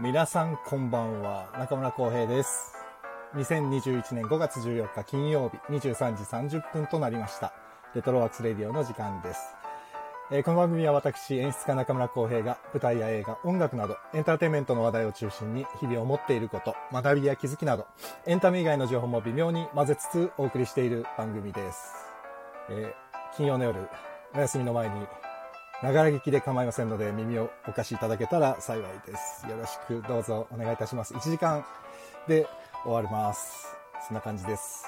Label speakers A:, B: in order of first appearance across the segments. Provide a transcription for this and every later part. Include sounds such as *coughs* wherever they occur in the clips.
A: 皆さんこんばんは中村浩平です2021年5月14日金曜日23時30分となりましたレトロワークスレディオの時間です、えーこの番組は私演出家中村浩平が舞台や映画音楽などエンターテインメントの話題を中心に日々思っていること学びや気づきなどエンタメ以外の情報も微妙に混ぜつつお送りしている番組です、えー金曜の夜お休みの前にながら聞きで構いませんので耳をお貸しいただけたら幸いです。よろしくどうぞお願いいたします。1時間で終わります。そんな感じです。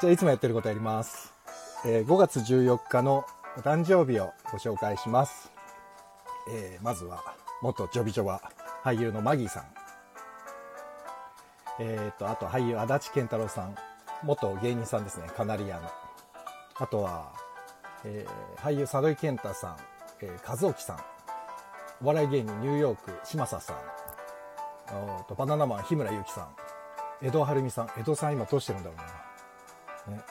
A: じゃあいつもやってることやります。えー5月14日のお誕生日をご紹介します。えーまずは元ジョビジョバ俳優のマギーさん。えっ、と、あと俳優足立健太郎さん。元芸人さんですね。カナリアの。あとは、えー俳優佐渡井健太さん、えー和興さんお笑い芸人ニューヨーク嶋佐さんあとバナナマン日村勇紀さん江戸晴美さん江戸さん今どうしてるんだろうな、ね、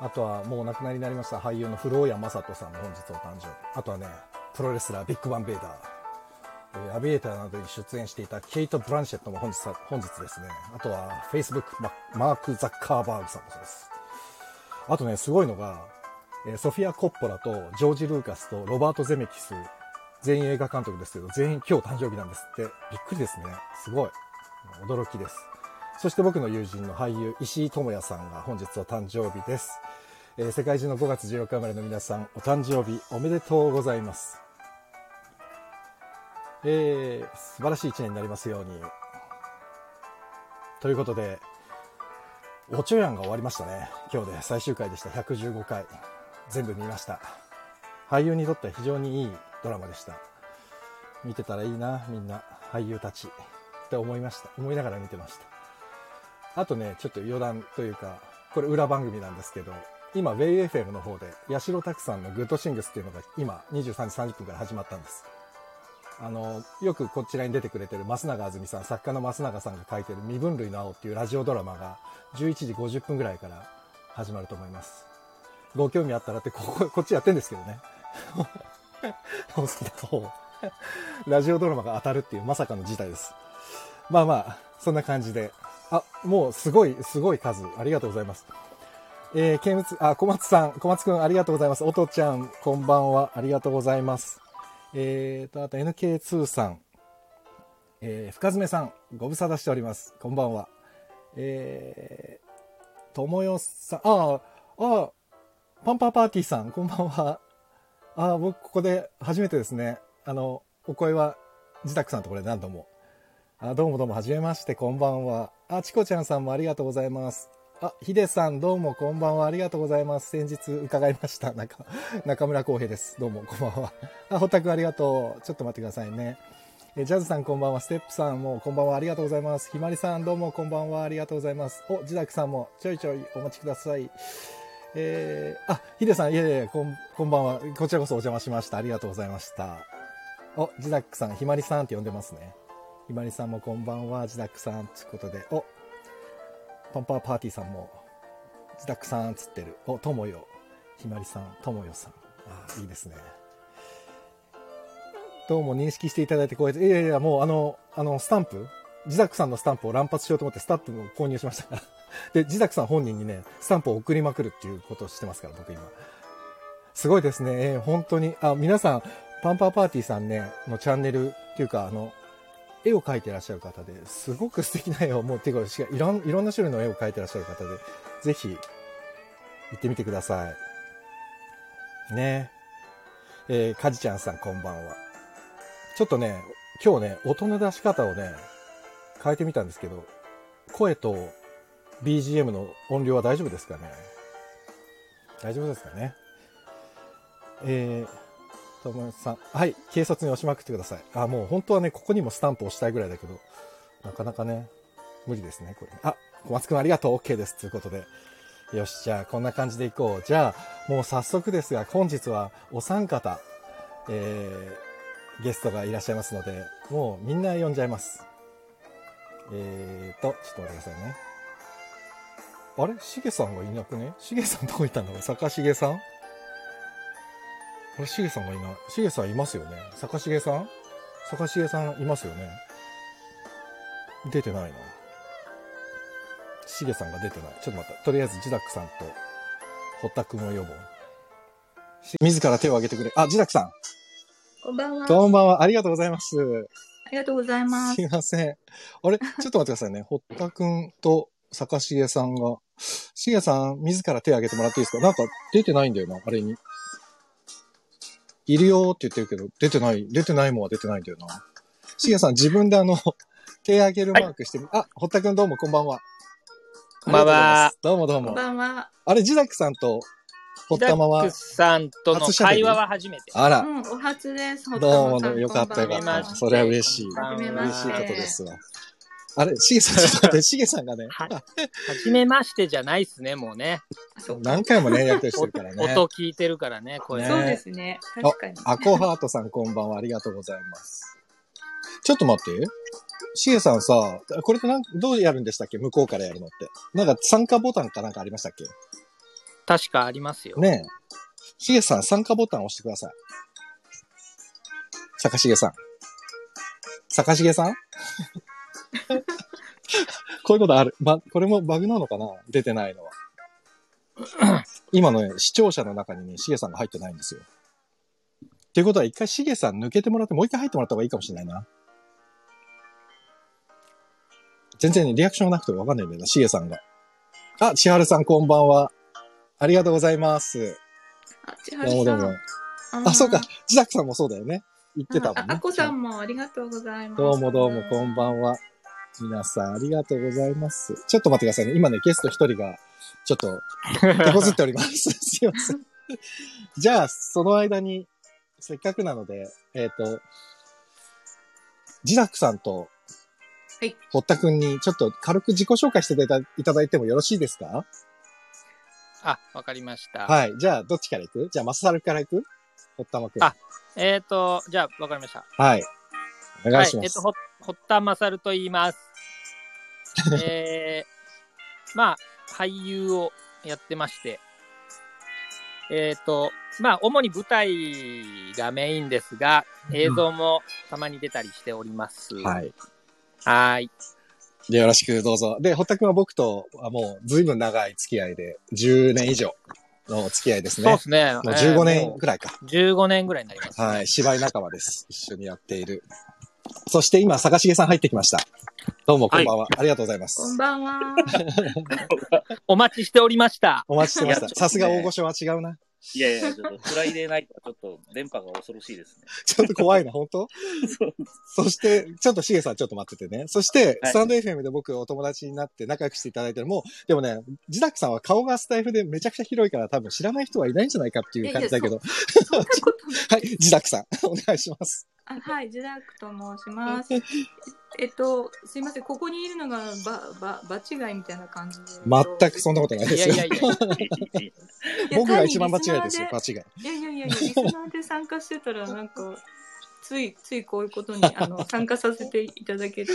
A: あとはもうお亡くなりになりました俳優の古尾谷正人さんも本日お誕生日あとはねプロレスラービッグバンベーダーえーアビエーターなどに出演していたケイト・ブランシェットも本日さ本日ですねあとは Facebook ママーク・ザッカーバーグさんもそうですあとね、すごいのが、えーソフィア・コッポラとジョージ・ルーカスとロバート・ゼメキス、全員映画監督ですけど、全員今日誕生日なんですって、びっくりですね。すごい。驚きです。そして僕の友人の俳優、石井智也さんが本日お誕生日です。えー世界中の5月14日生まれの皆さん、お誕生日おめでとうございます。えー素晴らしい一年になりますように。ということで、おちょやんが終わりましたね。今日で最終回でした。115回。全部見ました。俳優にとっては非常にいいドラマでした。見てたらいいな、みんな。俳優たち。って思いました。思いながら見てました。あとね、ちょっと余談というか、これ裏番組なんですけど、今、ウェイ FM の方で、八代拓さんのグッドシングスっていうのが今、23時30分から始まったんです。あの、よくこちらに出てくれてる増永あずみさん、作家の増永さんが書いてる未分類の青っていうラジオドラマが11時50分ぐらいから始まると思います。ご興味あったらって、ここ、こっちやってんですけどね。 *laughs* 放送だと、ラジオドラマが当たるっていうまさかの事態です。まあまあ、そんな感じで。あ、もうすごい、すごい数。ありがとうございます。えー、見物、あ、小松さん、小松くんありがとうございます。おとちゃん、こんばんは。ありがとうございます。えーと、あと NK2 さん、えー、深爪さん、ご無沙汰しております。こんばんは。えー、ともよさん、ああ、ああ、パンパーパーティーさん、こんばんは。ああ、僕ここで初めてですね。あの、お声は、自宅さんところで何度も。あどうもどうも、はじめまして、こんばんは。あ、チコちゃんさんもありがとうございます。あ、ヒデさん、どうもこんばんは。ありがとうございます。先日伺いました。中、中村浩平です。どうも、こんばんは。あ、ホタクありがとう。ちょっと待ってくださいね。えジャズさんこんばんは。ステップさんもこんばんは。ありがとうございます。ひまりさんどうもこんばんは。ありがとうございます。お、ジダクさんもちょいちょいお待ちください。えー、あ、ヒデさん、いえいえ、こん、こんばんは。こちらこそお邪魔しました。ありがとうございました。お、ジダックさん、ひまりさんって呼んでますね。ひまりさんもこんばんは。ジダックさん、つうことで。お、パンパーパーティーさんも、ジダックさん、つってる。お、ともよ。ひまりさん、ともよさん。あー、いいですね。どうも認識していただいて光栄です。いやいや、もうあの、あの、スタンプ、ジダクさんのスタンプを乱発しようと思ってスタンプを購入しました *laughs* から。で、ジダクさん本人にね、スタンプを送りまくるっていうことをしてますから、僕今。すごいですね。えー本当に。あ、皆さん、パンパーパーティーさんね、のチャンネルっていうか、あの、絵を描いてらっしゃる方で、すごく素敵な絵を、もう、ていうか、しかいろんいろんな種類の絵を描いてらっしゃる方で、ぜひ、行ってみてください。ねえー、かじちゃんさんこんばんは。ちょっとね、今日ね、音の出し方をね、変えてみたんですけど、声と BGM の音量は大丈夫ですかね大丈夫ですかねえー、ともさん、はい、警察に押しまくってください。あ、もう本当はね、ここにもスタンプ押したいぐらいだけど、なかなかね、無理ですね、これ。あ、小松くんありがとう、OK です、ということで。よし、じゃあ、こんな感じでいこう。じゃあ、もう早速ですが、本日はお三方、えー、ゲストがいらっしゃいますので、もうみんな呼んじゃいます。えーと、ちょっと待ってくださいね。あれしげさんがいなくねしげさんどこ行ったんだろう坂しげさんあれしげさんがいない。しげさんいますよね坂しげさん坂しげさんいますよね出てないな。しげさんが出てない。ちょっと待った。とりあえず、ジダックさんと、堀田くんを呼ぼう。し自ら手を挙げてくれ。あ、ジダックさ
B: こんばんは。
A: ん。
B: あ
A: こんばんは。ありがとうございます。
B: りがとうございます
A: す。いません。あ
B: *laughs*
A: れ、ちょっと待ってくださいね。堀田くんと坂重さんが、重さん、自ら手挙げてもらっていいですかなんか出てないんだよな、あれに。いるよって言ってるけど、出てない、出てないもんは出てないんだよな。重さん、自分であの、手挙げるマークしてみ、あ、堀田くんどうもこんばんは。
C: こんばんは
A: ありがとうございますどうも
B: こん
A: どうも。
B: ばんは。
A: あれ、ジダックさんと堀田マ
C: ジ
A: は
C: ダック、さんとの
A: 初喋り
C: 会話は初めて。
A: あ
B: う
A: ら、
B: ん、お初です。
A: どう
B: ほっか
A: も
B: まさ
A: どうんもよかったよか
B: こ
A: っ
B: んばんは
A: た。
C: はじめまして
A: それは嬉しい。
B: はじめま
A: 嬉
B: し
A: していことですわ。あれ、しげさん、ちょっと待って、しげさんがね、
C: は初めましてじゃないっすね、もうね。
B: そう
A: 何回もね、やりとりしてるからね。
C: 音聞いてるからね、声
A: ね
B: そうですね。確かに。
A: アコハートさんこんばんは、ありがとうございます。ちょっと待って。しげさんさ、これってなんどうやるんでしたっけ向こうからやるのって。なんか参加ボタンかなんかありましたっけ
C: 確かあります *laughs* よ。
A: ねえ。しげさん、参加ボタン押してください。坂重さん。坂重さん *laughs* こういうことある。ま、これもバグなのかな出てないのは。 *coughs* 今のね、視聴者の中にね、しげさんが入ってないんですよ。っていうことは、一回しげさん抜けてもらって、もう一回入ってもらった方がいいかもしれないな。全然ね、リアクションがなくてわかんないんだよな、しげさんが。あ、千春さんこんばんは。ありがとうございます。
B: あ、千
A: どうも
B: 春
A: ど
B: さ
A: うも
B: ん。。
A: あ、そうか。自宅さんもそうだよね。言ってたもんね。
B: あ、あこさんもありがとうございます。
A: どうもどうも、こんばんは。皆さん、ありがとうございます。ちょっと待ってくださいね。今ね、ゲスト一人が、ちょっと、手こずっております。すいません。じゃあ、その間に、せっかくなので、えっ、と、ジダックさんと、
B: はい。
A: 堀田くんに、ちょっと軽く自己紹介していたいただいてもよろしいですか
C: あ、わかりました。
A: はい。じゃあ、どっちから行くじゃあ、マササルから行く堀田真くん。
C: あえっ、ー、と、じゃあ、わかりました。
A: はい。お願いし
C: は
A: ま
C: い、えっ
A: す。
C: と、ほ、堀田勝と言
A: *laughs*
C: います。えー、まあ、俳優をやってまして、えっ、と、まあ、主に舞台がメインですが、映像もたまに出たりしております。
A: はい。
C: はーい。
A: で、よろしくどうぞ。で、堀田くんは僕とはもう随分長い付き合いで、10年以上のお付き合いです
C: そう
A: ね
C: で。すね。
A: もう15
C: えー
A: 年
C: も
A: くらいか。
C: う15年ぐらいになります、
A: はい。芝居仲間です。一緒にやっている。そして今、坂重さん入ってきました。どうもこんばんは。ありがとうございま
B: こん
A: す。
B: ばんは。
C: お待ちしておりました。
A: お待ちしてまし
D: い
A: た
D: や。
A: さすが大御所は違うな。
D: いやいや、ちょっとフライデーナイトはちょっと電波が恐ろしいですね。
A: ちょっと怖い
B: *laughs*
A: な、本当
D: そう
A: そして、ちょっとしげさんちょっと待っててね。そして、
D: はい
A: スタンド FM で僕お友達になって仲良くしていただいてるもう、でもね、ジダックさんは顔がスタイフでめちゃくちゃ広いから多分知らない人はいないんじゃないかっていう感じだけど。
B: そんなことない。
A: *laughs* はい、ジダックさん、お願いします。
B: あはい、ジダックと申します。えっと、すいません、ここにいるのがばば場違いみたいな感じで。
A: 全くそんなことない
C: い
A: で
C: や
A: す
C: い
A: よ。
C: やいや、
A: *laughs*
B: いや
A: 僕が一番間
B: 単に
A: 違い
B: リ
A: で
B: ス
A: す
B: ナ
A: よ
B: ー、
A: 間違い。
B: いやいやいや、リスナーで参加してたら、なんか、つい、ついこういうことに、あの、参加させていただけて、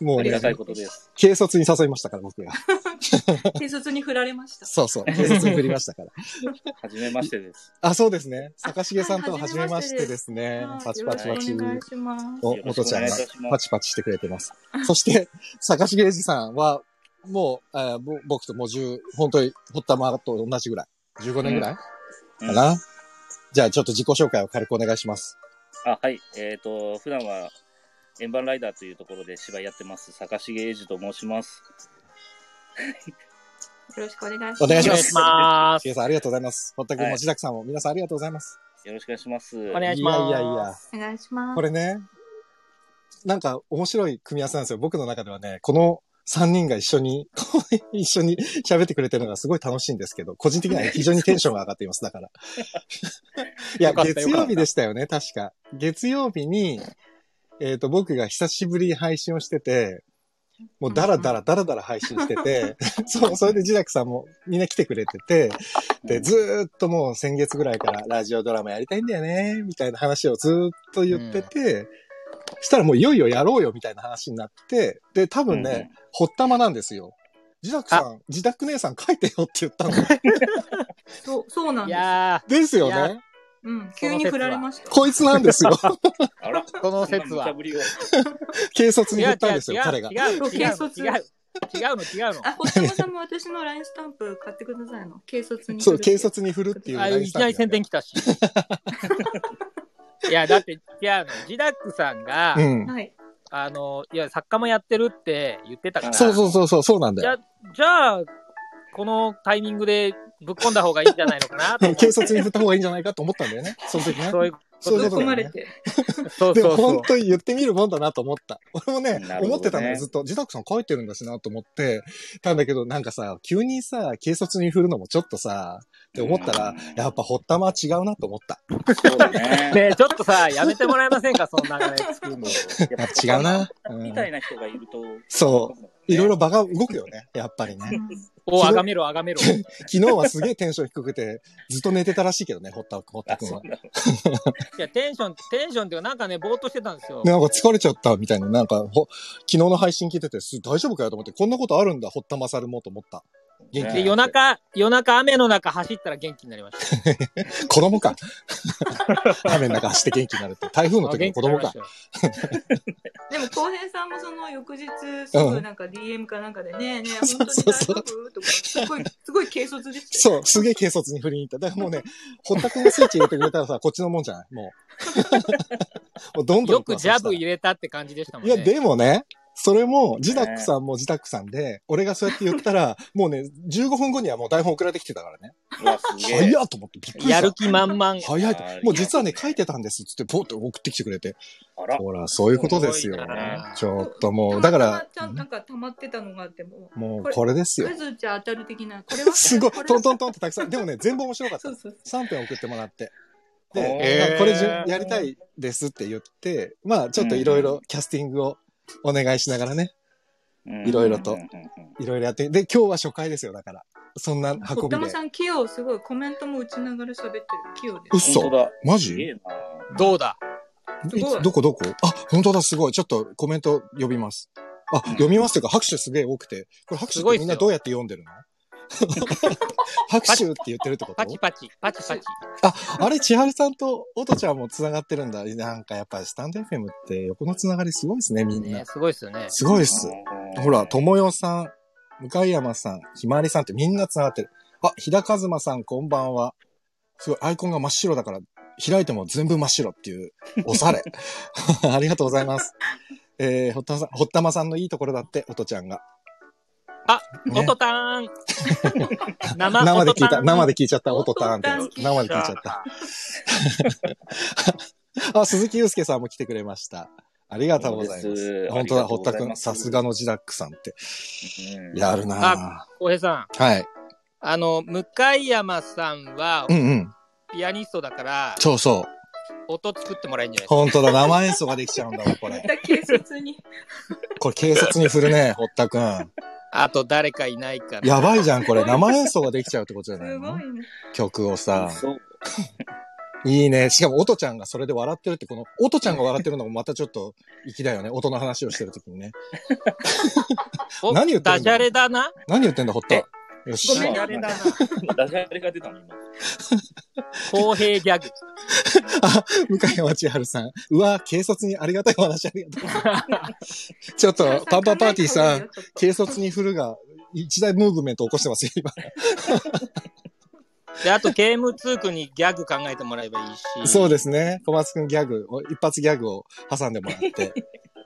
A: も
D: あ
A: う
D: り
A: ね
D: が、たいことです。
A: 軽率に誘いましたから、僕が。
B: 軽率に振られました。
A: そうそう、軽率に振りましたから。
D: はじめましてです。
A: あ、そうですね。坂重さんとは初めましてです
B: はい
A: ね
B: よろ。
A: パ
B: し
A: チ
B: くお
A: パチパチ。
B: 願いします。
A: お、元ちゃんが
D: よろしくお願いいたします
A: パチパチしてくれてます。そして、坂重二さんは、もう、あぼ僕ともう10、本当に、ほったまと同じぐらい。15年ぐらい
D: うん
A: かな。じゃあ、ちょっと自己紹介を軽くお願いします。
D: あ、はい。えっ、と、普段は円盤ライダーというところで芝居やってます、坂重英二と申します。
B: よろしくお願いします。
A: お願い
C: お
A: し
C: 願
A: ま
C: い
A: す
C: しま
A: し
C: す
A: げ。さん、ありがとうございます。ほったくん
D: は
A: も
D: い
A: ジダクさんも、皆さんありがとうございます。
D: よろしくお願いします。
C: お願いします。
A: いやいやいや。
B: お願いします。
A: これね、なんか面白い組み合わせなんですよ。僕の中ではね、この3人が一緒に、 *laughs* こう一緒に喋ってくれてるのがすごい楽しいんですけど、個人的には非常にテンションが上がっています、だ
C: *laughs*
A: から。いや、
C: よかったよかっ
A: 月
C: た
A: 曜日でしたよね、確か。月曜日に、えっ、と、僕が久しぶりに配信をしてて、もうダラダラダラダラ配信して
C: *laughs*
A: て、そう、それでジダクさんもみんな来てくれてて、で、ずーっともう先月ぐらいからラジオドラマやりたいんだよね、みたいな話をずーっと言ってて、したらもういよいよやろうよ、みたいな話になって、で、多分ね、ほったまなんですよ。自宅さん、自
C: *laughs*
A: 宅姉さん書いてよって言ったの。
B: そう、そうなん
C: い
B: です。
C: や
A: ですよ
C: いや
A: ね。
B: うん、急に振られました。
A: こいつなん
C: *laughs*
A: ですよ。
D: あら、
C: その説
D: そんな無
C: は
D: 茶。ぶりを。
A: 警察
C: 違う
A: に振
C: 違う違う
A: ったんですよ、彼が。
C: 違う違う違う違う
B: そう軽率
C: 違う違うの。
B: あ、ほっともさんも私の LINE スタンプ買ってくださいの。軽率に。
A: そう、警。察に振るっていう
C: あ
A: ライン
C: い
A: ス
C: き
A: タンプ
C: なり宣伝来
A: *laughs*
C: たし。いや、だって、違うの。ジダックさんが、
A: うん。
B: はい。
C: あの、いや、作家もやってるって言ってたから。
A: そうそうそうそう、そうなんだよ。
C: じゃあ、このタイミングでぶっ込んだ方がいいんじゃないのか
A: *laughs*
C: なと思って
A: 警察に振った方がいいんじゃないかと思ったんだよね。その時ね。
C: そういうこ
A: そういうこと
B: 追
A: だ
B: い込
A: よ
B: ま
A: ね
B: れて。
C: と。そう
A: でも
C: そうそ
A: 本
C: う。
A: 当に言ってみるもんだなと思
D: *laughs*
A: った。俺もね、
D: なるほどね
A: 思ってたのよ、ずっと。自宅さん書いてるんだしなと思って、たんだけど、なんかさ、急にさ、警察に振るのもちょっとさ、って思ったら、
D: うん
A: やっぱ、ほったまは違うなと思った。
D: そうだね。
C: ねえちょっとさ、やめてもらえませんか、その流れ作るの。
A: やっぱ違うな。う
D: *laughs* み
A: ん
D: たいな人がいると、。
A: そういろいろ場が動くよね、やっぱりね。
C: お、あがめろ、あがめろ。い
A: 昨日はすげえテンション低くて、ずっと寝てたらしいけどね、ほった、ほった
D: あ、
A: くん
D: そ
A: は
D: う。なの。
C: や、テンション、テンションっていうか、なんかね、ぼーっとしてたんですよ。
A: なんか疲れちゃったみたいな、なんか、ほ、昨日の配信聞いてて、す大丈夫かよと思って、こんなことあるんだ、ほったまさるもと思った。元気
C: で、夜中、夜中、雨の中走ったら元気になりました。
A: 子供か。雨の中走って元気になるって。台風の時の子供
C: あ元
A: か
C: 気。になりまし
B: でも、浩平さんもその翌日、すぐなんか DM かなんかでね、ねえ、
A: そう
B: 本
A: そう
B: 当に大
A: そ
B: 丈
A: う
B: 夫とか、すごい、すごい軽率でした
A: そう、すげえ軽率に振りに行った。だからもうね、ほったくんのスイッチ入れてくれたらさ、こっちのもんじゃないも
C: *laughs*
A: う。もうどんどん
C: たよ
A: 行く
C: く
A: わ
C: ジャブ
A: そし
C: 入れたって感じでしたもん
A: たら
C: ね。
A: いや、でもね、それも、ジダックさんもジダックさんで、俺がそうやって言ったら、もうね、15分後にはもう台本送られてきてたからね。
D: うわ、すげ
A: 早
D: え
A: っ。と思ってびっくりした。
C: やる気満々。
A: 早いと
D: あー。
A: もう実はね、書いてたんですっつって、ポーって送ってきてくれて。
D: あら、
A: ほら、そういうことですよ
C: すごいな。
A: ちょっともう、だか
B: たま
A: ら
B: たま、ちゃんなんか溜まってたのがあってもう、
A: もうこれですよ。
B: 数じゃ当たる的な、これは
A: すごい
B: これ。は
A: トントントンってたくさん。でもね、全部面白かった
B: そう。そう
A: 3編送ってもらって。で、
D: へ
C: ー
A: これじゅやりたいですって言って、まあちょっといろいろキャスティングをお願いしながらね、いろいろと
D: うんうんうん
A: いろいろやって、で、今日は初回ですよ、だから。そんな
B: そう。ほ
A: 運
B: った
A: び
B: ま
A: で
B: さ。ん、器用、すごい、コメントも打ちながら喋ってる、器用です。
A: 嘘
D: 本当だ。
A: マ
D: すげ
A: ジ
D: えな。
C: どうだ
B: すごい
A: いつどこどこあ、本当だ、すごい。ちょっとコメント呼びます。あ、読みますというか、拍手すげえ多くて。これ拍手
C: す
A: っ
C: ご
A: て
C: いっ
A: み
C: すよ
A: んなどうやって読んでるの拍手って言ってるってこ
C: パチ
A: と
C: パチ、パチパチ。
A: あ、あれ、千春さんとおとちゃんも繋がってるんだ。なんかやっぱスタンド FM って横の繋がりすごいですね、みんな
C: ね、。すごいっすよね。
A: すごいっす。ほら、ともよさん、向山さん、ひまわりさんってみんな繋がってる。あ、ひだかずまさん、こんばんは。すごい、アイコンが真っ白だから、開いても全部真っ白っていう、お *laughs* しゃれ。ありがとうございます。えー、ほったまさん、ほったまさんのいいところだって、おとちゃんが。
C: あ、
A: ね
C: 音ター
A: *laughs*
C: ン生
A: 生で聞いた、生
C: で。
A: で聞いちゃった、おとたんってやつ
B: おとたん
A: 生で聞いちゃった。 *laughs* あ、鈴木祐介さんも来てくれました。ありがとうござい
D: そう
A: ま。
D: ですす
A: 本当だ、
D: あり
A: ほ
D: がと
A: っ
D: う
A: た
D: ござい
A: く
D: ま
A: ん、
D: す
A: さすがのジダックさんって。
D: うん
A: やるな
C: 小平さん、
A: ぁ。はい。
C: あの、向山さんは
A: うんうん。
C: ピアニストだから、
A: そうそう。
C: 音作ってもらえるんじゃないですか
A: 本当だ、生演奏ができちゃうんだわ、こ
B: ま
A: れ。
B: た軽率に。
A: これ警察に振るね、堀田くん。
C: あと誰かいないかな。
A: やばいじゃん、これ。生演奏ができちゃうってことじゃ
B: す
A: ない
B: ご
A: の
B: いね。
A: 曲をさ。
D: そう。
A: いいね。しかも、音ちゃんがそれで笑ってるって、この、音ちゃんが笑ってるのもまたちょっと、粋だよね。音の話をしてるときにね。
C: お
A: 何言ってんの
C: ダジャレだな。
A: 何言ってんだ、堀田。よし
C: ご。めんね
D: な。ダジャレが出たの今。
C: 公平ギャグ。
A: あ、向山千春さん。うわ、警察にありがたいお話ありがとう。
C: *laughs*
A: ちょっと、パンパパーティーさん、警察に振るが、一大ムーブメント起こしてますよ、今。
C: で、あと、ゲーム2君にギャグ考えてもらえばいいし。
A: そう
C: で
A: ですね。小松くんギャグを、一発ギャグを挟んでもら
C: *laughs*
A: って。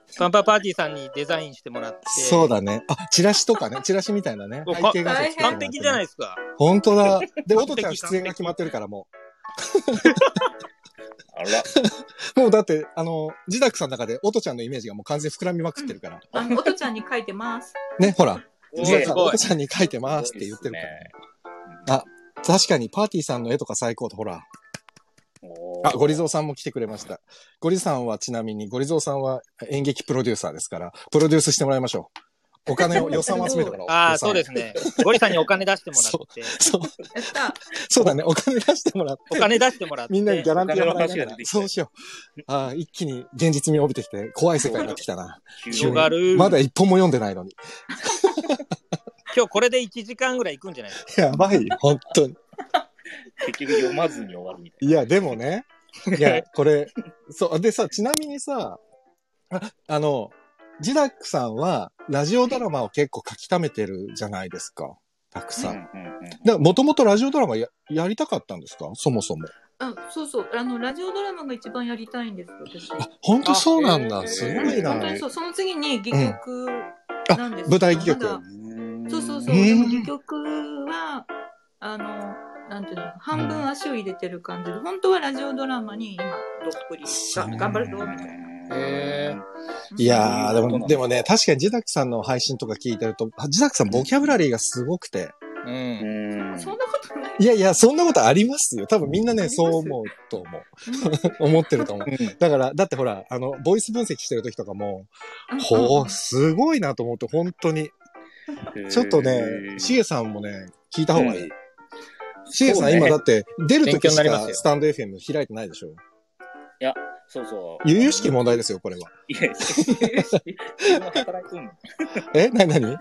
C: す。パンパパーティーさんにデザインしてもらって。
A: そうだね。あ、チラシとかね。チラシみたいなね。
C: そう
A: 背景画像作ってもらって
B: 完
A: ね
C: 完璧じゃないですか。
A: 本当
C: *laughs*
A: だ。で、音ちゃん
C: 完璧
A: 出演が決まってるからも *laughs*
D: あら。
A: う。もうだって、あの、ジダクさんの中で音ちゃんのイメージがもう完全に膨らみまくってるから。
B: あの、おとちゃんに書いてます。
A: ね、ほら。
C: お
A: ジダ
C: ー
A: クさ
C: す
A: ん、
C: ごい
A: 音。ちゃんに書いてますって言ってるから。確かに、パーティーさんの絵とか最高と、ほら。あ、ゴリゾウさんも来てくれました。ゴリさんはちなみに、ゴリゾウさんは演劇プロデューサーですから、プロデュースしてもらいましょう。お金を、予算を集めてもらおう。
C: *laughs* ああ、
A: 予算
C: そ
A: を
C: うですね。ゴリさんにお金出してもらって。
A: そう、
B: やった。
A: そうだね。お金出してもらって。
C: お金出してもらって。
A: みんなにギャランティーを払い
D: お金の
A: な
D: 話が
A: が
D: 出
A: ら
D: て。きた
A: そうしよう。ああ、一気に現実味を帯びてきて、怖い世界になってきたな。
C: 広がる。
A: まだ一本も読んでないのに。
C: 今日これで1時間ぐらい行くんじゃないですか。
A: やばいよ、本当に。
D: 結局読まずに終わるみたい
A: いや、でもね、いや、これ、そう、でさ、ちなみにさ、ああの、ジダックさんは、ラジオドラマを結構書き溜めてるじゃないですか。たくさ
D: な。
A: ん。
D: うんうんうん
A: だもともとラジオドラマややりたかったんですかそもそも。
B: あそうそうあのラジオドラマが一番やりたいんです私
A: あ、本当そうなん
C: あへ
A: だ。
C: ー
A: すごいな
B: 本当。にそうその次に戯曲なんです
A: あ
B: けど、
A: 舞台戯曲
B: まだそうそうそう
A: うん
B: でも戯曲はあのなんていうの半分足を入れてる感じで本当はラジオドラマに今どっぷりが頑張るぞみたいな。
C: へー
A: いやー、で
D: そうなんだ
A: も、でもね、確かにジダックさんの配信とか聞いてると、あジダックさんボキャブラリーがすごくて。
C: う。
D: うん
A: *laughs*
D: ん
B: そんなことない。
A: いやいや、そんなことありますよ。多分みんな
B: あ
A: ね、
B: ります
A: そう思うと思う。 *laughs* 思ってると思う。だから、だってほら、あの、ボイス分析してる時とかも、ほう、すごいなと思って、本当に。ちょっとね、シゲさんもね、聞いた方がいい。シゲさん、
D: そうね
A: 今だって、出る時
C: 勉強に
A: し
C: なります
A: か
C: よ
A: スタンド FM 開いてないでしょ。
D: そうそう。
A: 由々しき問題ですよ、これは。
D: いや、昼間働くん
A: えなになに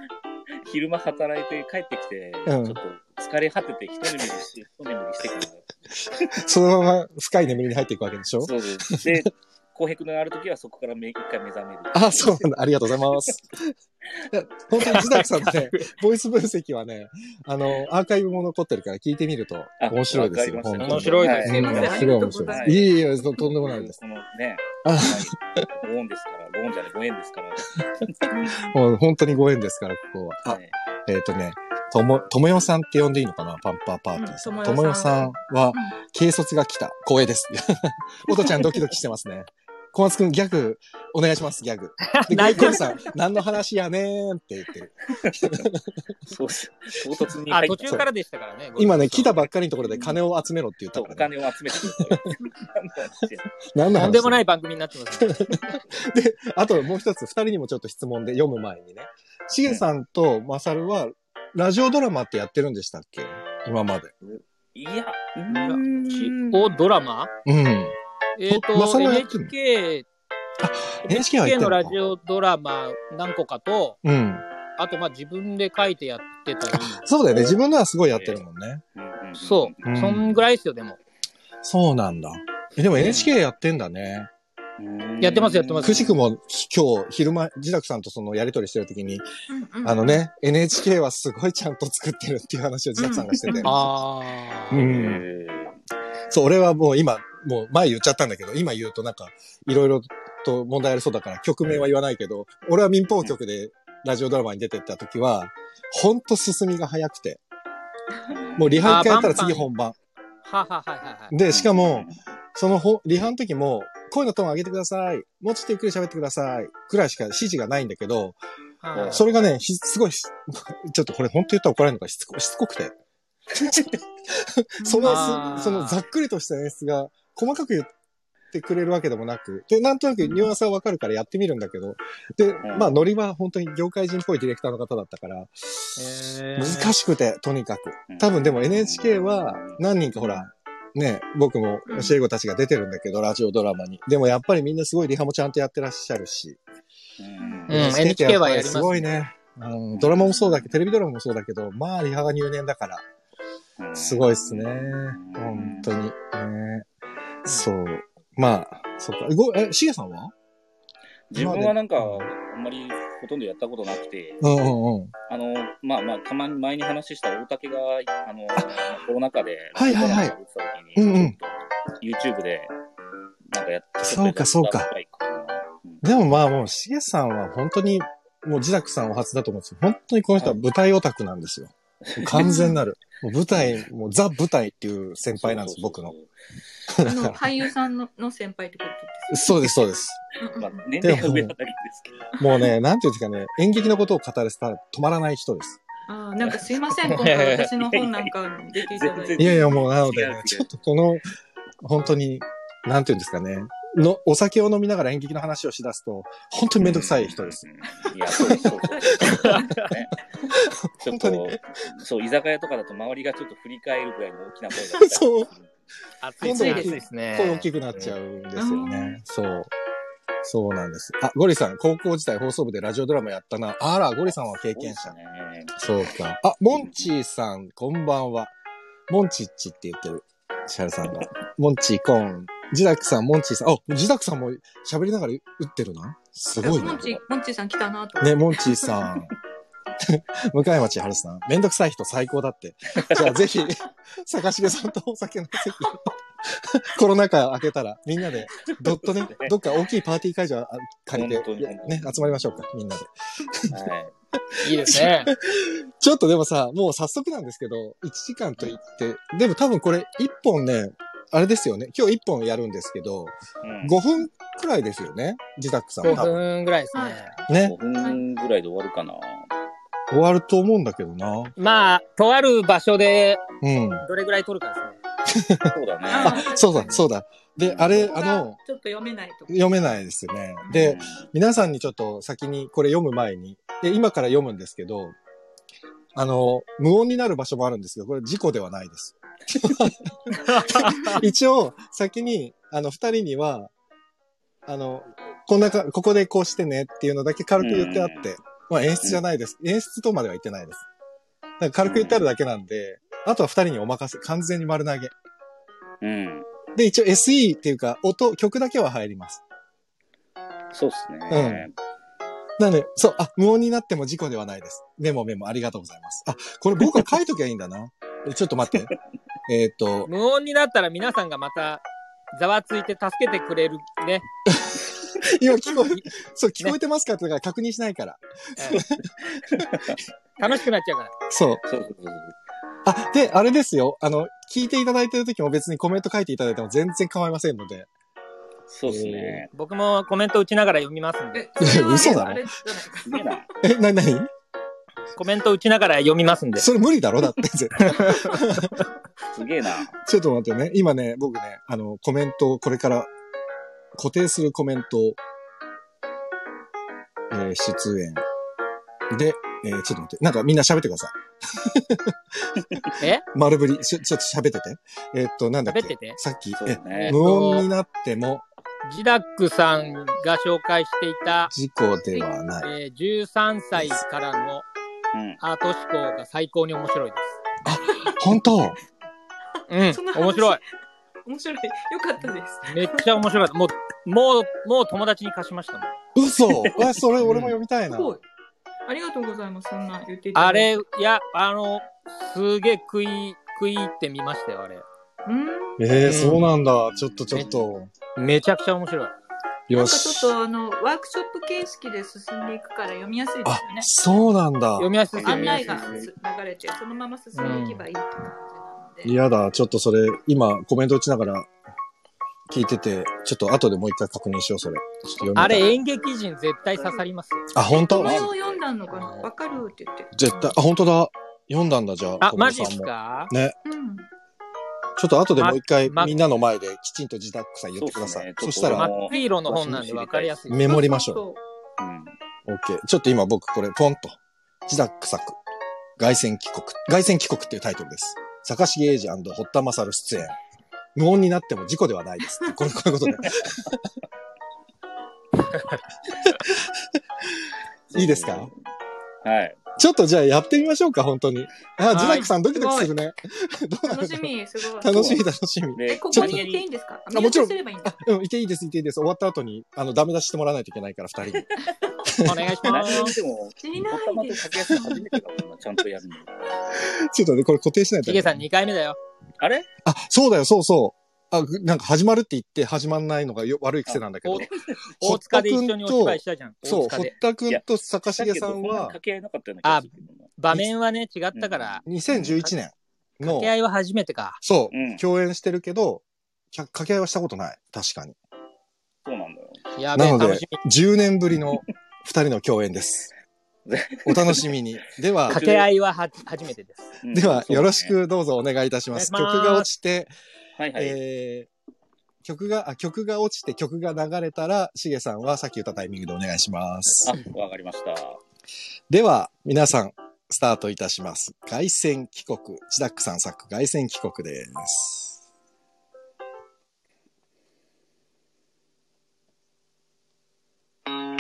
D: 昼間働いて帰ってきて、
A: うん
D: ちょっと疲れ果てて一眠りして、一眠りしてから。
A: そのまま深い眠りに入っていくわけでしょ
D: そうそう。で、紅白のある時はそこからめ一回目覚める。
A: あ、 *laughs* そうなんだ。ありがとうございます。いや本当に自宅さんのね、ボイス分析はね、あの、アーカイブも残ってるから聞いてみると
D: あ
A: 面白いですよ。
D: わか
A: 本
D: りました
A: 当に
C: 面白いですね
A: うん
B: はい
A: すごい面白いです。
D: はいい
A: えいえ、ととんでもないです。
D: このね、
A: あ
D: ご恩ですから、ご恩じゃない、ご縁ですから。
A: もう本当にご縁ですから、ここは。あ
D: ね
A: えっ、とね、とも、ともよさんって呼んでいいのかなパンパーパーティーさん。
B: うん
A: と
B: と
A: も
B: も
A: よ
B: よ
A: さ
B: さ
A: ん
B: ん
A: は
B: うん、
A: 軽率が来た。光栄です。
C: *laughs*
A: おとちゃんドキドキしてますね。小松くん、ギャグ、お願いします、ギャグ。で、
C: 泣いて
A: 小
C: る
A: 松さん、何の話やねーんって言ってる。
D: *laughs* そうです。唐突に
C: あ、
D: 入
C: 途
D: っ
C: 中からでしたからね。
A: 今ね、来たばっ
C: か
A: かりのところで金を集めろって言ったた
D: お
A: から、ね。
D: 金を集めてください。
A: 何の話
C: なんでもない番組になってますね。 *laughs*
A: で、あともう一つ、二人にもちょっと質問で読む前にね。しげさんとまさるは、ラジオドラマってやってるんでしたっけ今まで。
D: *laughs* いや、
C: う
D: うーん
C: お、ドラマ
A: うん。
C: えっ
A: まさ
C: と、
A: にやってんの
C: NHK、
A: NHK はやってんのか
C: NHK のラジオドラマ何個かと、
A: うん。
C: あとまあ自分で書いてやってたり、
A: そうだよね。自分のはすごいやってるもんね。
D: うん
C: そうう、
A: ん
C: そんぐらいですよ、でも。
A: そうなんだ。えでも NHK やってんだね。
D: うん
C: やってますやってます
A: くしくも今日昼間、自宅さんとそのやりとりしてるときに、あの
B: ね。
A: ね、NHK はすごいちゃんと作ってるっていう話を自宅さんがしてて。
C: ああ、
A: う
D: うんん
A: そう、俺はもう今、もう前言っちゃったんだけど、今言うとなんか、いろいろと問題ありそうだから、曲名は言わないけど、俺は民放局でラジオドラマに出てった時は、ほんと進みが早くて。もうリハ一回やったら次本番。
C: はははいはいはい。
A: で、しかも、、そのほリハの時も、声のトーン上げてください。もうちょっとゆっくり喋ってください。くらいしか指示がないんだけど、
C: はい
A: それがね、ひすごいし、 *laughs* ちょっとこれ本当言ったら怒られるのかしつこ *laughs* しつこくて。そ
C: あ
A: の
C: ー
A: す、そのざっくりとした演出が細かく言ってくれるわけでもなく、で、なんとなくニュアンスはわかるからやってみるんだけど、で、
D: ん
A: まあ、ノリは本当に業界人っぽいディレクターの方だったから、難
C: い。
A: しくて、とにかく。多分でも NHK は何人かほら、ね、僕も教え子たちが出てるんだけど、ラジオドラマに。でもやっぱりみんなすごいリハもちゃんとやってらっしゃるし。
D: う
C: う
D: ん
C: ん NHK はやります
A: すごいね。うん、ドラマもそうだけど、テレビドラマもそうだけど、まあ、リハが入念だから、すごいっすね。本当に。ね、そう。まあ、そっか。ごえ、しげさんは
D: 自分はなんか、あんまりほとんどやったことなくて、
A: うんうんうん。
D: あの、まあまあ、たまに前に話した大竹が、あの、コロナ禍で、
A: はいはいはい
D: ラジオドラマをやって
A: う
D: た時
A: んうん
D: に、ちょっと YouTube で、なんかやって
A: そうかそうか。
D: ちょっとやったぐらいか
A: でもまあもう、しげさんは本当に、もう自宅さんは初だと思うんですよ。本当にこの人は舞台オタクなんですよ。完全なる。もう舞台、もうザ舞台っていう先輩なんです、僕の。
B: あの俳優さんのの先輩ってこと
A: そうです、そうです。
B: です
D: ま
B: よ
D: あ、年齢が上だったりですけど。
A: もうね、なんていうんですかね、演劇のことを語れたら止まらない人です。
B: あーなんかすいま
A: *laughs*
B: せん、今回私の本なんか出ていただいて。
A: いやいや、もうなので
D: 違う違
A: ね
D: う、
A: ちょっとこの、本当に、なんていうんですかね、の、お酒を飲みながら演劇の話をしだすと、本当にめんどくさい人です。
D: うん。いや、そうそうそう。
A: 本
D: ねちょっ
A: 当
D: と
A: に、
D: そう、居酒屋とかだと周りがちょっと振り返るぐらいの大きな声が出たり。
A: そう
C: 暑いですね。暑いですね。
A: 声大きくなっちゃうんですよね。そう。そうなんです。あ、ゴリさん、高校時代放送部でラジオドラマやったな。あら、ゴリさんは経験者。
D: ね。
A: そうか。あ、モンチーさん、こんばんは。モンチッチって言ってる。石原さんが。モンチーコーン。ジダクさん、モンチーさん。あ、ジダクさんも喋りながら打ってるな。すごい
B: モン
A: な。
B: チ、モンチさん来たなと思って。
A: ね、モンチーさん。 *laughs* 向山千春さん。めんどくさい人最高だって。じゃあぜひ、坂重さんとお酒の席。コロナ禍明けたら、みんなで、どっとね、どっか大きいパーティー会場あ借りて
D: 本当に本当、に
A: ね、集まりましょうか、みんなで。
D: はい
C: いです
A: *laughs*
C: ね。
A: ちょっとでもさ、もう早速なんですけど、1時間と言って、でも多分これ1本ね、あれですよね。今日1本やるんですけど、
D: うん
A: 5分くらいですよね。自宅さん
C: 5
A: も多分。
C: 分ぐらいです
B: は
C: ね
B: い。
A: ね
D: 5。分ぐらいで終わるかな。
A: 終わると思うんだけどな。
C: まあ、とある場所で
A: うん。
C: どれぐらい取るかですね。
D: そうだね。
B: あ
A: そうだ、そうだ。で、あれ、あ
B: あ
A: の
B: の、、ちょっと読めないと。
A: 読めないですよね。で、皆さんにちょっと先にこれ読む前に、で、今から読むんですけど、あの、無音になる場所もあるんですけど、これ事故ではないです。一応、先に、あの、二人には、あの、こんなか、ここでこうしてねっていうのだけ軽く言ってあって、まあ演出じゃないです。演出とまでは言ってないです。なんか軽く言ってあるだけなんで、あとは二人にお任せ、完全に丸投げ。
D: うん。うん。
A: で、一応 SE っていうか、音、曲だけは入ります。
D: そうですね。
A: なので、そう、あ、無音になっても事故ではないです。メモメモありがとうございます。あ、これ僕は書いときゃいいんだな。 *laughs* えちょっと待って。えーっと、
C: 無音になったら皆さんがまた、ざわついて助けてくれるね。
A: 今聞こえ、そう、聞こえてますかとか確認しないから。
C: 楽しくなっちゃうから。
A: そう。
D: そうそうそう
A: あ、で、あれですよ。あの、聞いていただいてる時も別にコメント書いていただいても全然構いませんので。
D: そうですね。
C: 僕もコメント打ちながら読みますんで。
B: えそれは
A: *laughs*
B: ね
A: 嘘だろ
B: あれじゃないか
D: すげえな。
A: え、な、なに
C: コメント打ちながら読みますんで。
A: それ無理だろだって。絶対
D: すげえな。
A: ちょっと待ってね。今ね、僕ね、あの、コメントをこれから固定するコメントを、えー出演。で、えーちょっと待って。なんかみんな喋ってください。
C: え
A: 丸ぶり、しちょっと喋ってて。えーっと、なんだっけ
C: 喋ってて
A: さっき、
D: そう
A: え、
D: ね。
A: 無音になっても
C: ジダックさんが紹介していた、
A: 事故ではない。
C: えー13歳からの
D: うん。
C: アート思考が最高に面白いで
A: 本当
C: す。
B: そ
C: うん
B: の、話
C: 面白い。
B: 面白い。よかったです。
C: めっちゃ面白い。もう、もう、もう友達に貸しましたもん。
A: 嘘あ、それ俺も読みたい
B: す
A: な。
B: ごい。ありがとうございます。そんな言っていただ
C: あ
B: いて
C: れ、いや、あの、すげえ食い、食い入ってみましたよ、あれ。
B: うん。
A: ええ
C: うん
A: そうなんだ。ちょっとちょっと。
C: めちゃくちゃ面白い。
A: よ
B: なんかちょっ
A: し。
B: とあの、ワークショップ形式で進んでいくから読みやすいで
A: あ
B: すよね、。
A: そうなんだ。
C: 読みやすいです
B: 案内
C: よ
B: が流れて、そのまま進んでいけばいいって感じなので。
A: 嫌だ。ちょっとそれ、今コメント打ちながら聞いてて、ちょっと後でもう一回確認しよう、それ。ちょっと読みたい
C: あれ、演劇人絶対刺さりますよ。
A: あ、本当
B: これを読んだのかなわかるって言って。
A: 絶対、あ、本当だ。読んだんだ、じゃあ。
C: あ、
A: 小
C: マ
A: 室
C: ジっ
A: さん
C: す
A: も
C: か
B: うん。
A: ちょっと後でもう一回、
C: まま
A: みんなの前できちんと自宅さん言ってください。そ
D: そ
A: う
D: っす
A: し
D: ね
A: た
D: ちょ
A: ら
D: っ、
C: 真っ黄色の本なんで分かりやすい。
A: メモりましょう。
B: そう
D: うん。
A: OK。ちょっと今僕これポンと。自宅作。凱旋帰国。凱旋帰国っていうタイトルです。坂重英二堀田勝出演。無音になっても事故ではないです。これ、こういうことで。いいですか
D: はい。
A: ちょっとじゃあやってみましょうか、本当に。あ、
C: い
A: 自宅さんドキドキするね。どう
B: そう
A: な
B: 楽
A: る
B: しみ、すご
A: *laughs*
B: い。
A: 楽しみ、楽しみ。
B: え、
D: で、
B: こ
A: ちょ
B: こ
A: っと
B: に入れていいんですか
A: あもちろん
B: 入れてすればいいんだ
A: あ、うん、いていいです、いていいです。終わった後に、あの、ダメ出ししてもらわないといけないから、
C: *laughs*
A: 二人に。
C: お願いしま
D: 何
C: す
D: に。しても、
B: 死にな
D: たま
B: い
D: と
B: で。
D: 掛け合って初めてだもんな、ちゃんとやるの。
A: ちょっとね、これ固定しないと
C: ヒ
A: ね。
C: ゲさん2回目だよ。
D: あれ
A: あ、そうだよ、そうそう。あ、ぐなんか始まるって言って始まんないのがよ悪い癖なんだけど
C: あ。大塚で一緒にお芝居したじゃん。
A: そう、
C: 大塚
A: 堀
C: で。
A: 田くんと坂重さん
D: だけどそな
A: は
D: 掛、け合いなかったような気がするけどな
C: 場面はね、違ったから、
A: 2011年の
C: 掛け、合いは初めてか。
A: そう
D: うん、
A: 共演してるけど、きゃ掛け合いはしたことない。確かに。
D: そうなんだよ。
C: やべえ、
A: なの
C: 楽
A: で
C: しみ。、
A: 10年ぶりの2人の共演です。お楽しみに。では、
C: 掛け合いはは初めてです。
D: うん
A: では、
D: そうね
A: よろしくどうぞお願いいたします。
C: お願いします
A: 曲が落ちて、
D: はいはい。
A: えー、曲が、あ、曲が落ちて曲が流れたら、しげさんはさっき歌ったタイミングでお願いします。
D: あ、わかりました。
A: では、皆さん、スタートいたします。凱旋帰国。ジダックさん作、凱旋帰国です。
E: 「シ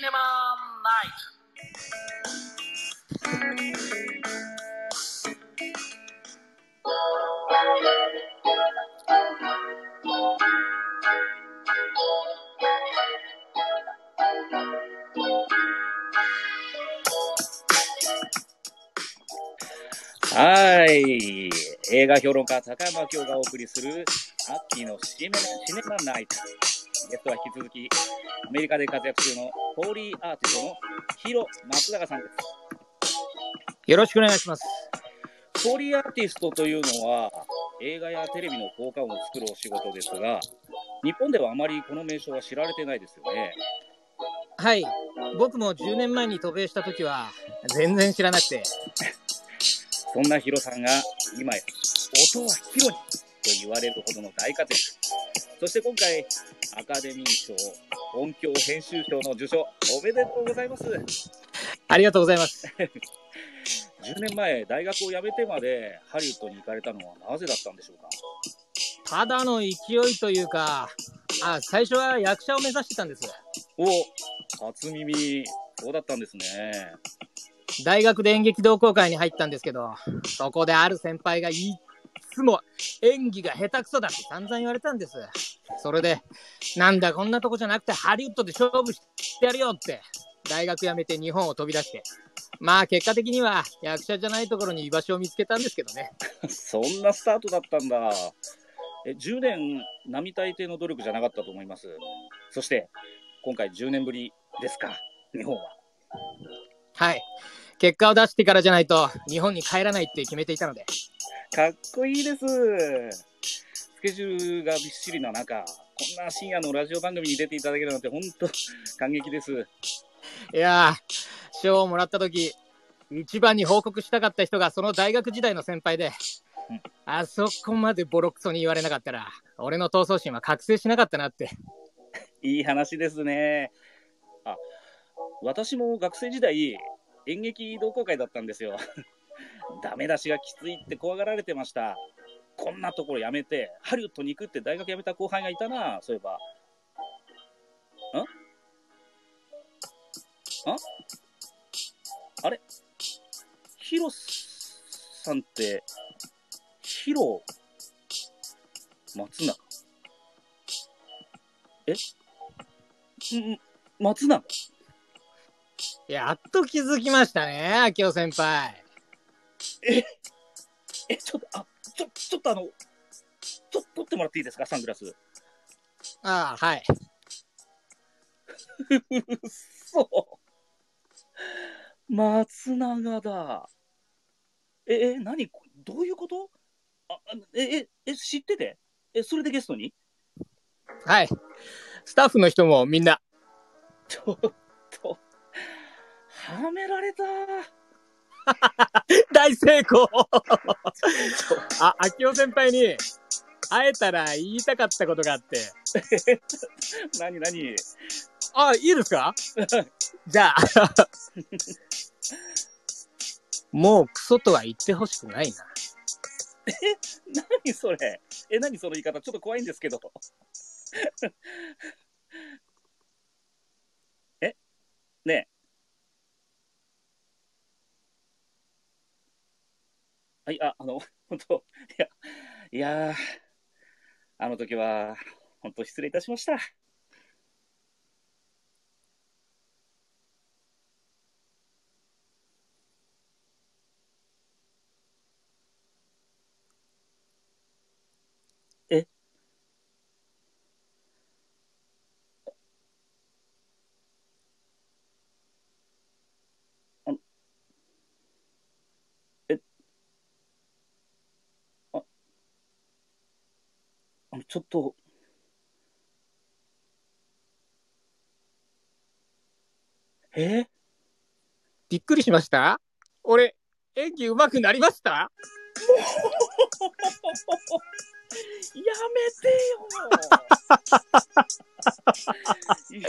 E: ネマナイト。
D: はい。映画評論家、高山京がお送りする、秋のシネマシネマナイト。ゲストは引き続き、アメリカで活躍中のホーリーアーティストのヒロ松永さんで
C: よろしくお願いします。
D: す。ホーリーアーティストというのは、映画やテレビの効果音を作るお仕事ですが、日本ではあまりこの名称は知られてないですよね。
C: はい。僕も10年前に渡米した時は、全然知らなくて。
D: そんなヒロさんが今や音はヒロにと言われるほどの大活躍。そして今回、アカデミー賞音響編集賞の受賞、おめでとうございます。10
C: ありがとうございます。
D: 年前、大学を辞めてまでハリウッドに行かれたのはなぜだったんでしょうか
C: ただの勢いというか、あ最初は役者を目指してたんです。
D: お、初耳、そうだったんですね。
C: 大学で演劇同好会に入ったんですけど、そこである先輩がいっつも演技が下手くそだって散々言われたんです。それで、なんだこんなとこじゃなくてハリウッドで勝負してやるよって、大学辞めて日本を飛び出して。まあ結果的には役者じゃないところに居場所を見つけたんですけどね。
D: そんなスタートだったんだ。え10年、並大抵の努力じゃなかったと思います。そして、今回10年ぶりですか、日本は。
C: はい。結果を出してからじゃないと日本に帰らないって決めていたので。
D: かっこいいです。スケジュールがびっしりな中、こんな深夜のラジオ番組に出ていただけるなんて本当感激です。
C: いやー、賞をもらった時一番に報告したかった人がその大学時代の先輩で
D: うん、
C: あそこまでボロクソに言われなかったら、俺の闘争心は覚醒しなかったなって。
D: いい話ですね。あ、私も学生時代、演劇同好会だったんですよ。 *laughs* ダメ出しがきついって怖がられてました。こんなところやめて、ハリウッドに行くって大学辞めた後輩がいたな、そういえば。んんあれヒロさんって、ヒロ、松永えん松永
C: やっと気づきましたね、秋夫先輩。
D: *laughs* え、ちょっと、あ、ちょ、ちょっとあの、ちょ、取ってもらっていいですか、サングラス。
C: ああ、はい。
D: そう。松永だ。え、え、何こどういうことあ、あえ、え、え、知っててえ、それでゲストに
C: はい。スタッフの人もみんな、
D: ちょっと、はめられた。
C: 大成
D: *laughs*
C: 功あ、秋夫先輩に、会えたら言いたかったことがあって。
D: 何何
C: あ、いいですかじゃあ。もうクソとは言ってほしくないな。
D: 何それえ、何その言い方ちょっと怖いんですけど。えねえ。はい、あ、あの、 *laughs* 本当いや、いやーあの時は、本当失礼いたしました。あの、ちょっと。え
C: びっくりしました俺、演技上手くなりました
D: やめてよ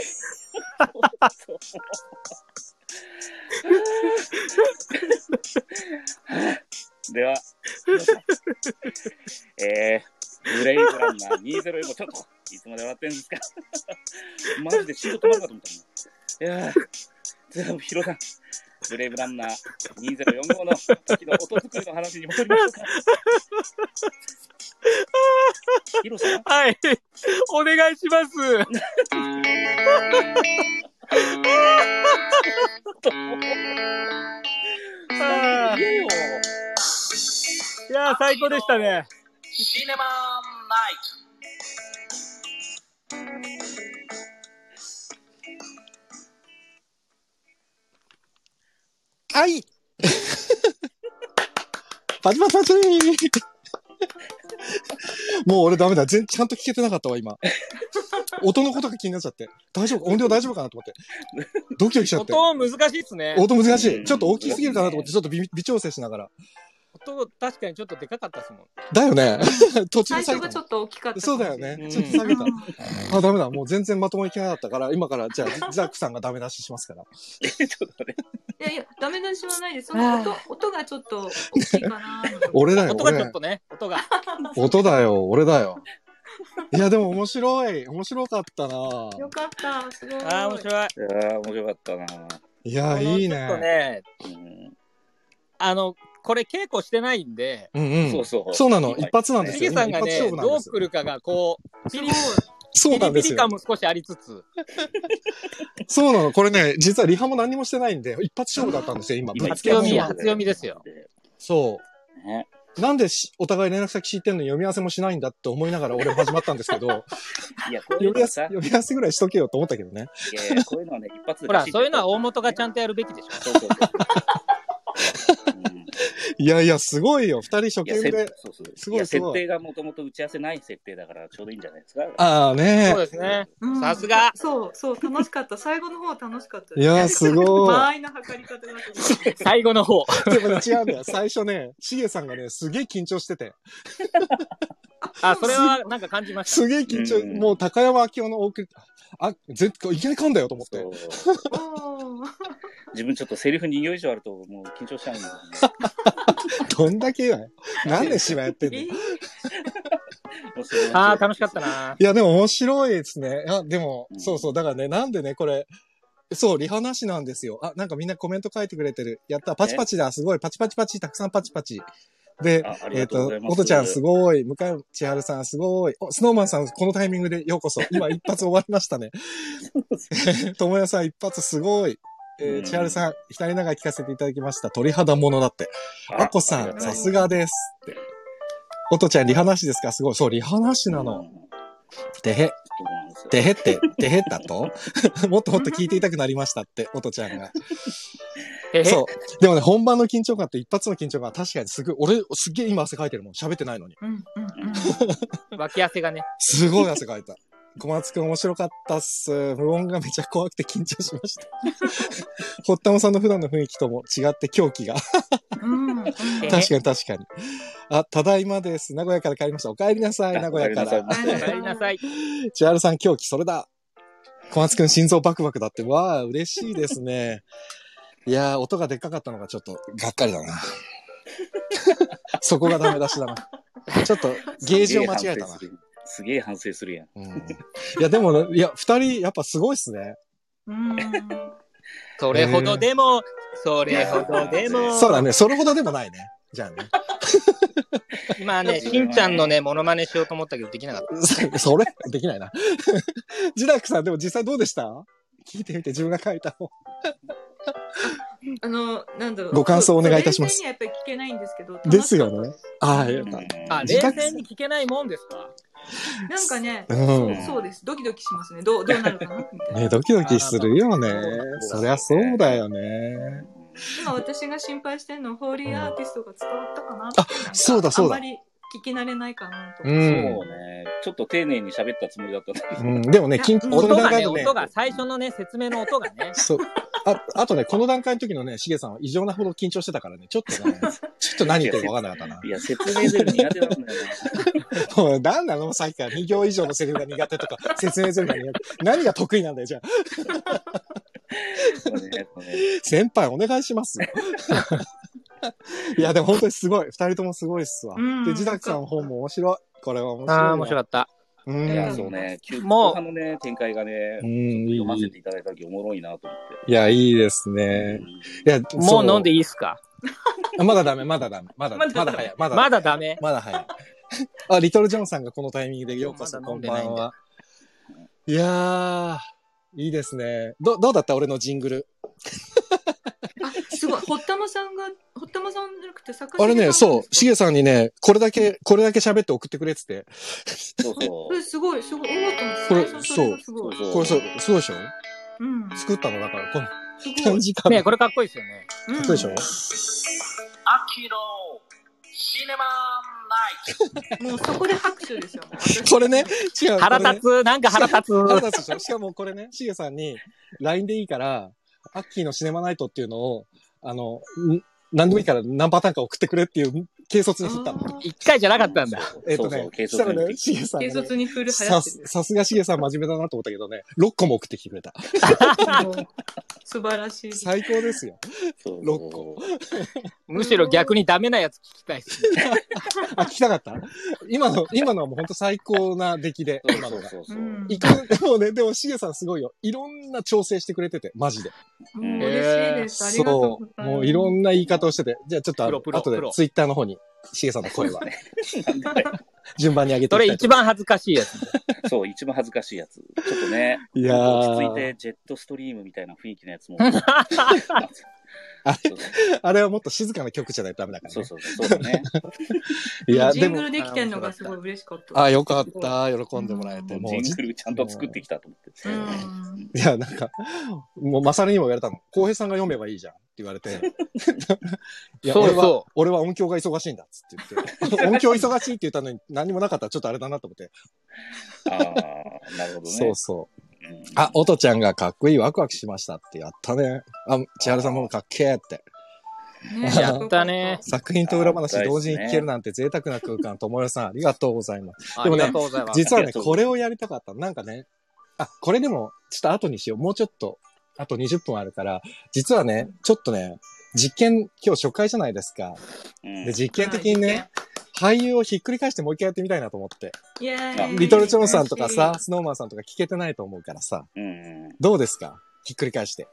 D: では、えー、ブレイブランナー204もちょっと、いつまで笑ってんですかマジで仕事止まるかと思ったいやー、ヒロさん、ブレイブランナー2045の時の音作りの話に戻りましょうか。ヒロさん、
C: はい。お願いします。あー
D: いいよ
C: いやー、最高でしたね。
E: Cinema Night.
A: はい *laughs* パチパチパチもう俺ダメだ。全ちゃんと聞けてなかったわ、今。音のことが気になっちゃって。大丈夫音量大丈夫かなと思って。ドキドキしちゃって。
C: 音難しいっすね。
A: 音難しい。ちょっと大きすぎるかなと思って、ちょっと微微調整しながら。
C: 音、確かにちょっとでかかったっすもん。
A: だよね。 *laughs* 途中で下
B: 最
A: げ
B: 初がち
A: た
B: ょ
A: の。
B: っと大きかったか
A: そう
B: もしれ
A: だ
B: な
A: よ
B: い。
A: ね
C: う。ん
A: ちょっと下げた
B: う。ん
A: あ、ダメだ。もう全然まともに聞けなかったから、今から、じゃあ、ザックさんがダメ出ししますから。
D: ちょっとね、
B: いやいや、ダメ出しはないです。その音、音がちょっと大きいかな。
A: 俺だよ、
C: 音がちょっ
A: 俺。
C: とね、音が。
A: *laughs* 音だよ、俺だよ。いや、でも面白い。面白かったな
B: よかった、すごい。
C: ああ、面白い。
D: いやー、面白かったな。
A: いや、いい
C: このちょっと
A: ね。
C: ね、
D: うん
C: あの、これ稽古してないんで、
A: うんう。
D: そうんそう。
A: そうなの。一発なんで
C: し
A: す
C: げ
A: よ。
C: さんが
A: 一
C: ね、
A: 発勝負なん
C: どう
A: ですよ
C: 来るかが、こう、ピリ
A: そうなんで
C: ピリピ
A: す
C: リ感
A: よ。
C: も少しありつつ、
A: そうなの。これね、実はリハも何にもしてないんで、一発勝負だったんですよ、今。
D: 今
A: ぶっつ
C: 初
A: け合わ
C: 読
A: せ
C: みや、
A: なん
C: 初
A: で
C: 読みですよ。
A: そう。
D: ね
A: なんでしお互い連絡先聞いてんのに読み合わせもしないんだって思いながら俺も始まったんですけ
C: *laughs*
A: ど、
D: いや、こうい
A: 読
D: う
A: み合
D: の
A: わせ、
D: さ、い
A: 読み合わせぐらいしとけよと思ったけどね。
D: やいやこういうのはね、一発で
C: ほ
D: バ
C: ら、
D: シッと
C: そういうのは大元がちゃんとやるべきでしょ。
D: そうそうそう。うん
A: いやいや、すごいよ。二人初
D: いや、
A: 見
D: せ
A: で。
D: そうそう
A: すごい
D: いや
A: すごい
D: 設定がもともと打ち合わせない設定だからちょうどいいんじゃないですか。
A: ああね
C: そうですね。
B: うん
C: さすが
B: そう、そう、楽しかった。最後の方楽しかったです。
A: いやーすごい
B: 間合いの測り方がすごい。
C: 最後の方。
A: *laughs* でもね、違うんだよ。最初ね、しげさんがね、すげえ緊張してて。
C: あ、それはなんか感じまし
A: すげえ緊張、
D: うん
A: もう高山明夫の大きあ、ぜいきなり噛んだよと思って。
D: そう
B: おー
D: 自分ちょっとセリフ2行以上あるともう緊張しちゃうんだよ
A: どんだけだよ。なんで芝やってんの
B: え
A: い
B: ー
D: ねもうそれ
C: た。 *laughs* ああ、楽しかった。な。
A: や、でも面白いですね。あ、でも、
D: うん
A: そうそう。だからね、なんでね、これ、そう、リハなしなんですよ。あ、なんかみんなコメント書いてくれてる。やった、パチパチだ、すごい、パチパチパチ、たくさんパチパチ。で、
D: ああり
A: えっ
D: がとう
A: と
D: ござい、ます。
A: おとちゃんすごい、向井千春さんすごい、おスノーマンさんこのタイミングでようこそ、今一発終わりましたね。 *laughs* ともやさん一発すごい。え
D: う
A: ー、
D: ん
A: 千春さん、左長聞かせていただきました。鳥肌ものだって。
D: あ
A: あこさ
D: ありが
A: ん、
D: た
A: さ
D: い
A: すがです。って。おとちゃん、リハなしですかすごい。そう、リハなしな
D: うん
A: の。
D: そう
A: てへ、
D: なんですよ
A: てへって、てへだと *laughs* もっともっと聞いていたくなりましたって、おとちゃんが。
C: へへ
A: そう。でもね、本番の緊張感と一発の緊張感、確かにすごい、俺、すっげえ今汗かいてるもん。喋ってないのに。
B: うんうんうん
C: 脇汗がね。
A: すごい汗かいた。小松くん面白かったっす。無音がめちゃ怖くて緊張しました。ホッタモさんの普段の雰囲気とも違って狂気が。
B: うんうん。
C: へ
A: 確かに確かに。あ、ただいまです。名古屋から帰りました。お帰りなさい、名古屋か
D: お帰り
A: ら
D: な。
C: お帰りなさい。
A: 千春さん狂気、それだ。小松くん心臓バクバクだって。わあ、嬉しいですね。いやー、音がでっかかったのがちょっとがっかりだな。そこがダメ出しだな。ちょっとゲージを間
D: *laughs*
A: 違えたな。
D: すげえ反省するやん。
A: うんいや、でもね、いや、二人、やっぱすごいっすね。
B: うん
C: それほどでも、それほどでも。
A: そうだね、それほどでもないね。じゃあね。 *laughs*
C: 今ね、しんちゃんのね、モノマネしようと思ったけど、できなかっ
A: それ、できない *laughs* な。ジダックさん、でも実際どうでした聞いてみて、自分が書いたの。
B: あの、なんだろう。
A: ご感想お願いいたします
B: そう冷静にはやっぱり聞けないんですけど。楽しかった
A: ですよね。ああ、よかった。
C: た。あ、
A: 自
C: 冷
A: 宅
C: 静に聞けないもんですか
B: なんかね、
A: うん
B: そうそうです。ドキドキしますね。どう、どうなるかなみたいな。
A: ねドキドキするよね
C: あー。
A: そりゃそうだよね。
B: 今私が心配してるの、ホーリーアーティストが伝わったかな
A: あそうだそうだ
B: あんまり聞き慣れないかなと。
A: う。
D: そうんね。ちょっと丁寧に喋ったつもりだったんだけど
A: うん、でもね、緊
B: うん
A: こ
C: 音
A: の段
C: が
A: 階
C: ね、
A: のね
C: 音、が、最初のね、説明の音がね。
A: そう。ああとね、この段階の時のね、しげさんは異常なほど緊張してたからね、ちょっと *laughs* ね、ちょっと何言ってるか分かんなかった *laughs* な。
D: いや、説明ゼロ苦手なんだよね。
A: もう何なのさっきから2行以上のセリフが苦手とか、説明するのが苦手。何が得意なんだよ、じゃあ。
D: そうねそうね
A: 先輩お願いしますよ。いや、でも本当にすごい。二人ともすごいっすわ。
B: うん
A: で、自宅さんの方も面白い。これは面白いわ。
C: ああ、面白かった。
A: うん。
D: いや、
B: ん
D: そうね、急
C: もう
D: 後半のね、展開がね
A: う、ん、いい。
D: 読ませ
A: い
D: ていただいた時おもろいなと思っ
A: や、いいです
D: て。
A: ね。いや、
C: もう飲んで
A: い
C: いいっすか
A: いまだダメ、まだダメ。まだ、まだ早い。まだ、
C: まだダメ。
A: まだ早い。 *laughs* あ、リトル・ジョンさんがこのタイミングでようこそ、
C: まだ
A: こ
C: 飲
A: ん
C: んでな
A: ば
C: いん
A: ん
C: で
A: は。いやー、いいですね。ど、どうだった俺のジングル。
B: あ、すごい。堀玉さんが、堀玉さんじゃなくて坂
A: あれね、そう、し
B: げ
A: げさんにね、これだけ、これだけ喋って送ってくれってて。
D: そうそ
B: これすごい、すごい。思ったの
A: これ
B: 最初それがすごい。
D: そうそう
A: これそう、そうでしょ
B: うん。
A: 作ったのだから、この
B: すご
A: 短
B: い。
A: 時間。
C: ねこれかっこいいですよね。
B: うん
A: そうでしょ
E: 秋のシネマナイト
B: もうそこで拍手ですよ。
A: これね、違う。
C: 腹
A: これね
C: 立つ、なんか腹立
A: 腹
C: つ。
A: 立つでしょしかもこれね、しげさんに LINE でいいから、アッキーのシネマナイトっていうのを、あの、ん何でもいいから何パターンか送ってくれっていう軽率に振ったの。
B: あー
C: 一回じゃな
D: う。
C: かったんだ。
D: そう
A: えっ、と
D: そう、そ
A: ね
D: う、、軽
A: したら
D: 率
A: ね、
D: に。
A: しげさん、
B: 軽
A: ね。
B: 率に振る流行
A: さ
B: ってる。
A: さすがしげさん真面目だなと思ったけどね、6個も送ってきてくれた。
B: もう素晴らしい。
A: 最高ですよ。
D: そう
A: 六個。
C: むしろ逆にダメなやつ聞きたい
A: *laughs*
C: っすね。
A: あ、聞きたかった今の、今のはもう本当最高な出来で、
D: そう
A: 今
D: そ
A: の
D: う
A: が。
D: そう
B: う
D: そう。
B: ん
A: いかんでもね、でもしげさんすごいよ。いろんな調整してくれてて、マジで。
B: もう嬉しいです。ありがとうございます。
A: もういろ
B: な。
A: んな言い方をしてて、じゃあちょっとあの
C: プロ
A: 後
C: プロ
A: で
C: プロ
A: ツイッターの方に、しげさんの声は
D: なんで
A: *laughs* 順番に上げて
C: そ
A: いき
C: れ
A: たい
C: *laughs*
A: と
C: 一番恥ずかしいやつ。
A: *laughs*
D: そう、一番恥ずかしいやつ。ちょっとね、
A: いやー
D: 落ち着いて、ジェットストリームみたいな雰囲気のやつ
A: *laughs*
D: も。
A: あ
D: そう
A: あれはもっと静かな曲じゃないとダメだから
D: そう
A: ね。
D: そう、そうだね。
A: いや、
B: ジ
A: で
B: ング
A: も、
B: ルできてんのがすごい嬉しかった。
A: あ、よかった。喜んでもらえて。も
D: ジ
A: う、じ
D: ングルちゃんと作ってきたと思って。
B: うん。うん
A: いや、なんか、もう、まさるにも言われたの。浩平さんが読めばいいじゃんって言われて。いや、
C: そう
A: 俺は
C: そ、
A: 俺は音響が忙しいんだっつって言って。音響忙しいって言ったのに何もなかったらちょっとあれだなと思って。
D: ああ、なるほどね。
A: そうそう。
D: うん
A: あ、音ちゃんがかっこいいワクワクしましたってやったね。あ、千春さんもかっけーって。
B: ね
C: やったね。
A: 作品と裏話
D: あ
A: 同時に聞けるなんて贅沢な空間、友よさんありがとうござい
C: *laughs*
A: ます。 *laughs* でもね
C: ありがとうございます。
A: 実は
D: あ
A: ね、
D: りがとう
A: これをやりたかった。なんかね、あ、これでも、ちょっと後にしよう。もうちょっと、あと20分あるから、実はね、ちょっとね、実験、今日初回じゃないですか。
D: うん
A: で、実験的にね、俳優をひっくり返してもう一回やってみたいなと思って。
B: イエ
D: あ
B: ーイ。
A: リトルチョンさんとかさ、スノーマンさんとか聞けてないと思うからさ、
D: うん。
A: どうですかひっくり返して。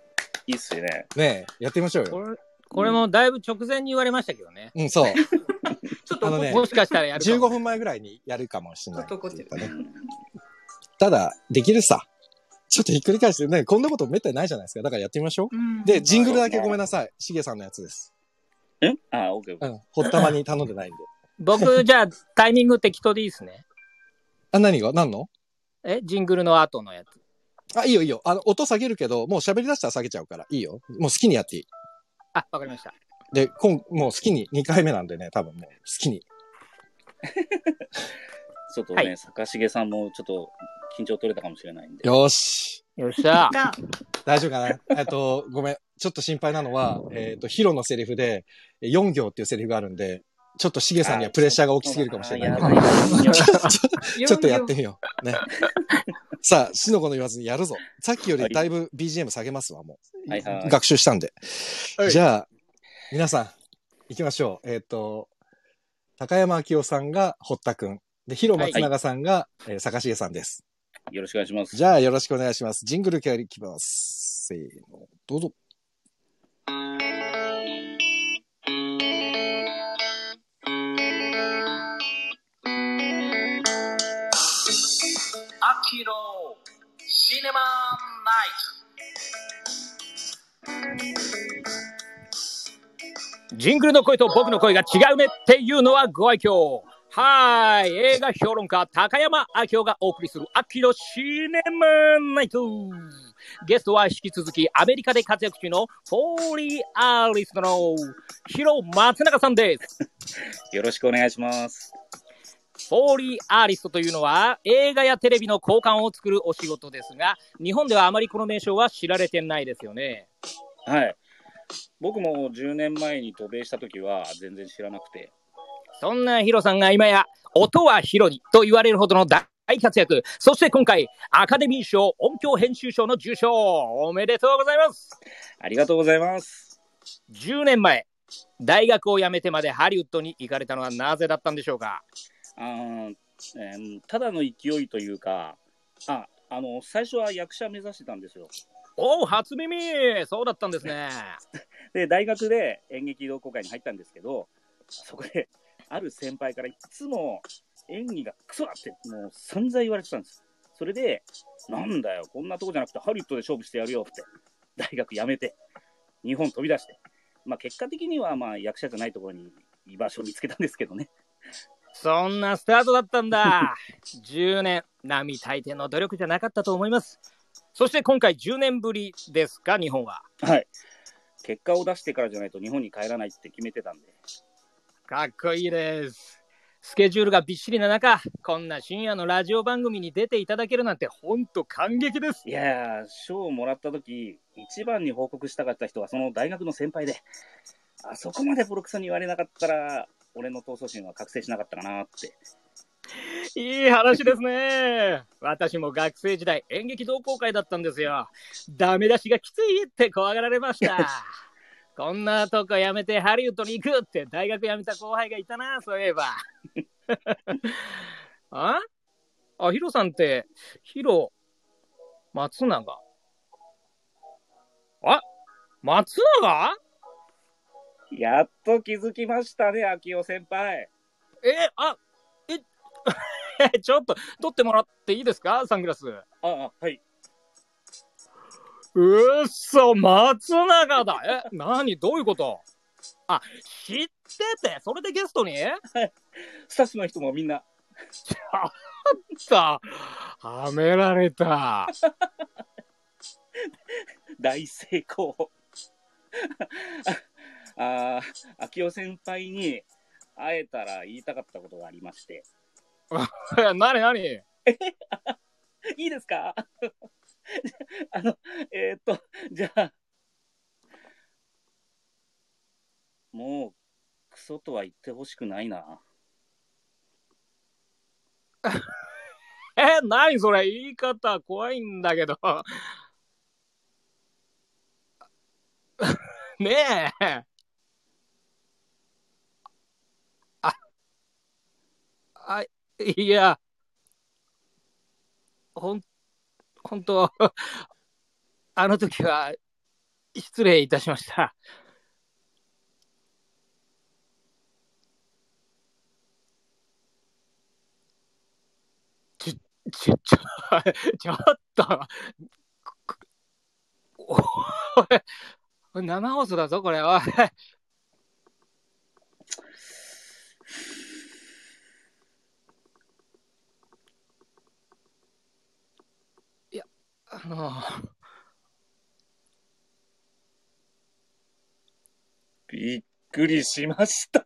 D: いいっすよね。
A: ねえ、やってみましょう
C: こ
A: よ。
C: れこれもだいぶ直前に言われましたけどね。
A: うん、そう。
B: ちょっと
A: あの
B: 怒っ
A: ね
C: もしかしたらやるか
A: 15
C: も
A: 分前ぐらいにやるかもしれない。
B: ちょっと怒ってる
A: たねただ、できるさ。ちょっとひっくり返してね、こんなことめったにないじゃないですか。だからやってみましょう。
B: うん
A: で、ジングルだけごめんなさい。しげさんのやつです。
D: うんあ、オッケーオッ
A: う
D: ケー。
A: ん。ほったまに頼んでないんで。
C: 僕、じゃあ、タイミング適当でいいですね。
A: あ、何が何の
C: え、ジングルの後のやつ。
A: あ、いいよいいよ。あの、音下げるけど、もう喋り出したら下げちゃうから、いいよ。もう好きにやっていい。
C: あ、わかりました。
A: で、今、もう好きに、2回目なんでね、多分もう、好きに。
D: ちょっとね、
C: はい
D: 坂重さんもちょっと緊張取れたかもしれないんで。
A: よーし。
C: よっしゃ。
B: が
A: 大丈夫かな *laughs* えっと、ごめん。ちょっと心配なのは、えっと、ヒロのセリフで、4行っていうセリフがあるんで、ちょっとしげさんにはプレッシャーが大きすぎるかもしれないん
D: あー
A: で。
D: やばいやば
A: *laughs*
D: い
A: ちょっとやってみよう。ね。さあ、しのこの言わずにやるぞ。さっきよりだいぶ BGM 下げますわ、もう。
D: はいはい
A: 学習したんで。
C: はい
A: じゃあ、皆さん、行きましょう。えっ、と、高山明夫さんが堀田くん。で、広松永さんが、えー坂重さんです。
D: よろしくお願いします。
A: じゃあ、よろしくお願いします。ジングル系いきます。せーの、どうぞ。
E: 秋のシネマナイト
C: ジングルの声と僕の声が違うねっていうのはご愛嬌。はーい。映画評論家、高山明夫がお送りする秋のシネマナイト。ゲストは引き続きアメリカで活躍中のフォーリーアーリストのヒロ松永さんです。
D: よろしくお願いします。
C: フォーリーアーリストというのは映画やテレビの交換を作るお仕事ですが、日本ではあまりこの名称は知られてないですよね。
D: はい。僕も10年前に渡米した時は全然知らなくて。
C: そんなヒロさんが今や音はヒロにと言われるほどの大活躍。そして今回アカデミー賞音響編集賞の受賞おめでとうございます。
D: ありがとうございます。
C: 10年前、大学を辞めてまでハリウッドに行かれたのはなぜだったんでしょうか
D: あーえーただの勢いというか、あ、あの、最初は役者目指してたんですよ。
C: おお、初耳そうだったんですね。
D: で、大学で演劇同好会に入ったんですけど、そこで、ある先輩からいつも演技がクソだって、もう散々言われてたんです。それで、なんだよ、こんなとこじゃなくてハリウッドで勝負してやるよって、大学辞めて、日本飛び出して、まあ結果的にはまあ役者じゃないところに居場所を見つけたんですけどね。
C: そんなスタートだったんだ。10年、並大抵の努力じゃなかったと思います。そして今回10年ぶりですか、日本は。
D: はい。結果を出してからじゃないと日本に帰らないって決めてたんで。
C: かっこいいです。スケジュールがびっしりな中、こんな深夜のラジオ番組に出ていただけるなんて、ほんと感激です。
D: いやー、賞をもらった時一番に報告したかった人がその大学の先輩で、あそこまでボロクソに言われなかったら、俺の闘争心は覚醒しなかったかなって。
C: いい話ですね。私も学生時代、演劇同好会だったんですよ。ダメ出しがきついって怖がられました。こんなとこやめてハリウッドに行くって大学辞めた後輩がいたな、そういえば。 *laughs* ああ、ヒロさんって、ヒロ、松永。あ松永
D: やっと気づきましたね、秋代先輩。
C: え、あ、え、 *laughs* ちょっと、撮ってもらっていいですかサングラス。
D: ああ、はい。
C: うっそ、松永だ。え、なに、どういうことあ、知ってて、それでゲストに *laughs* あっ
D: スタッフの人もみんな、
C: た。はめられた。
D: 大成功。 *laughs* ああ、秋代先輩に会えたら言いたかったことがありまして。
C: えなになに
D: いいですか *laughs* あの、えーっと、じゃあ、もう、クソとは言ってほしくないな。
C: え、なにそれ、言い方怖いんだけど。 *laughs* ねえ。あ、あ、いや、ほん、本当 *laughs* あの時は、失礼いたしました。ちょ、ちょ、ちょ、 *laughs* ちょっと、おい、生放送だぞ、これ、おい。いや、あの、
D: びっくりしました。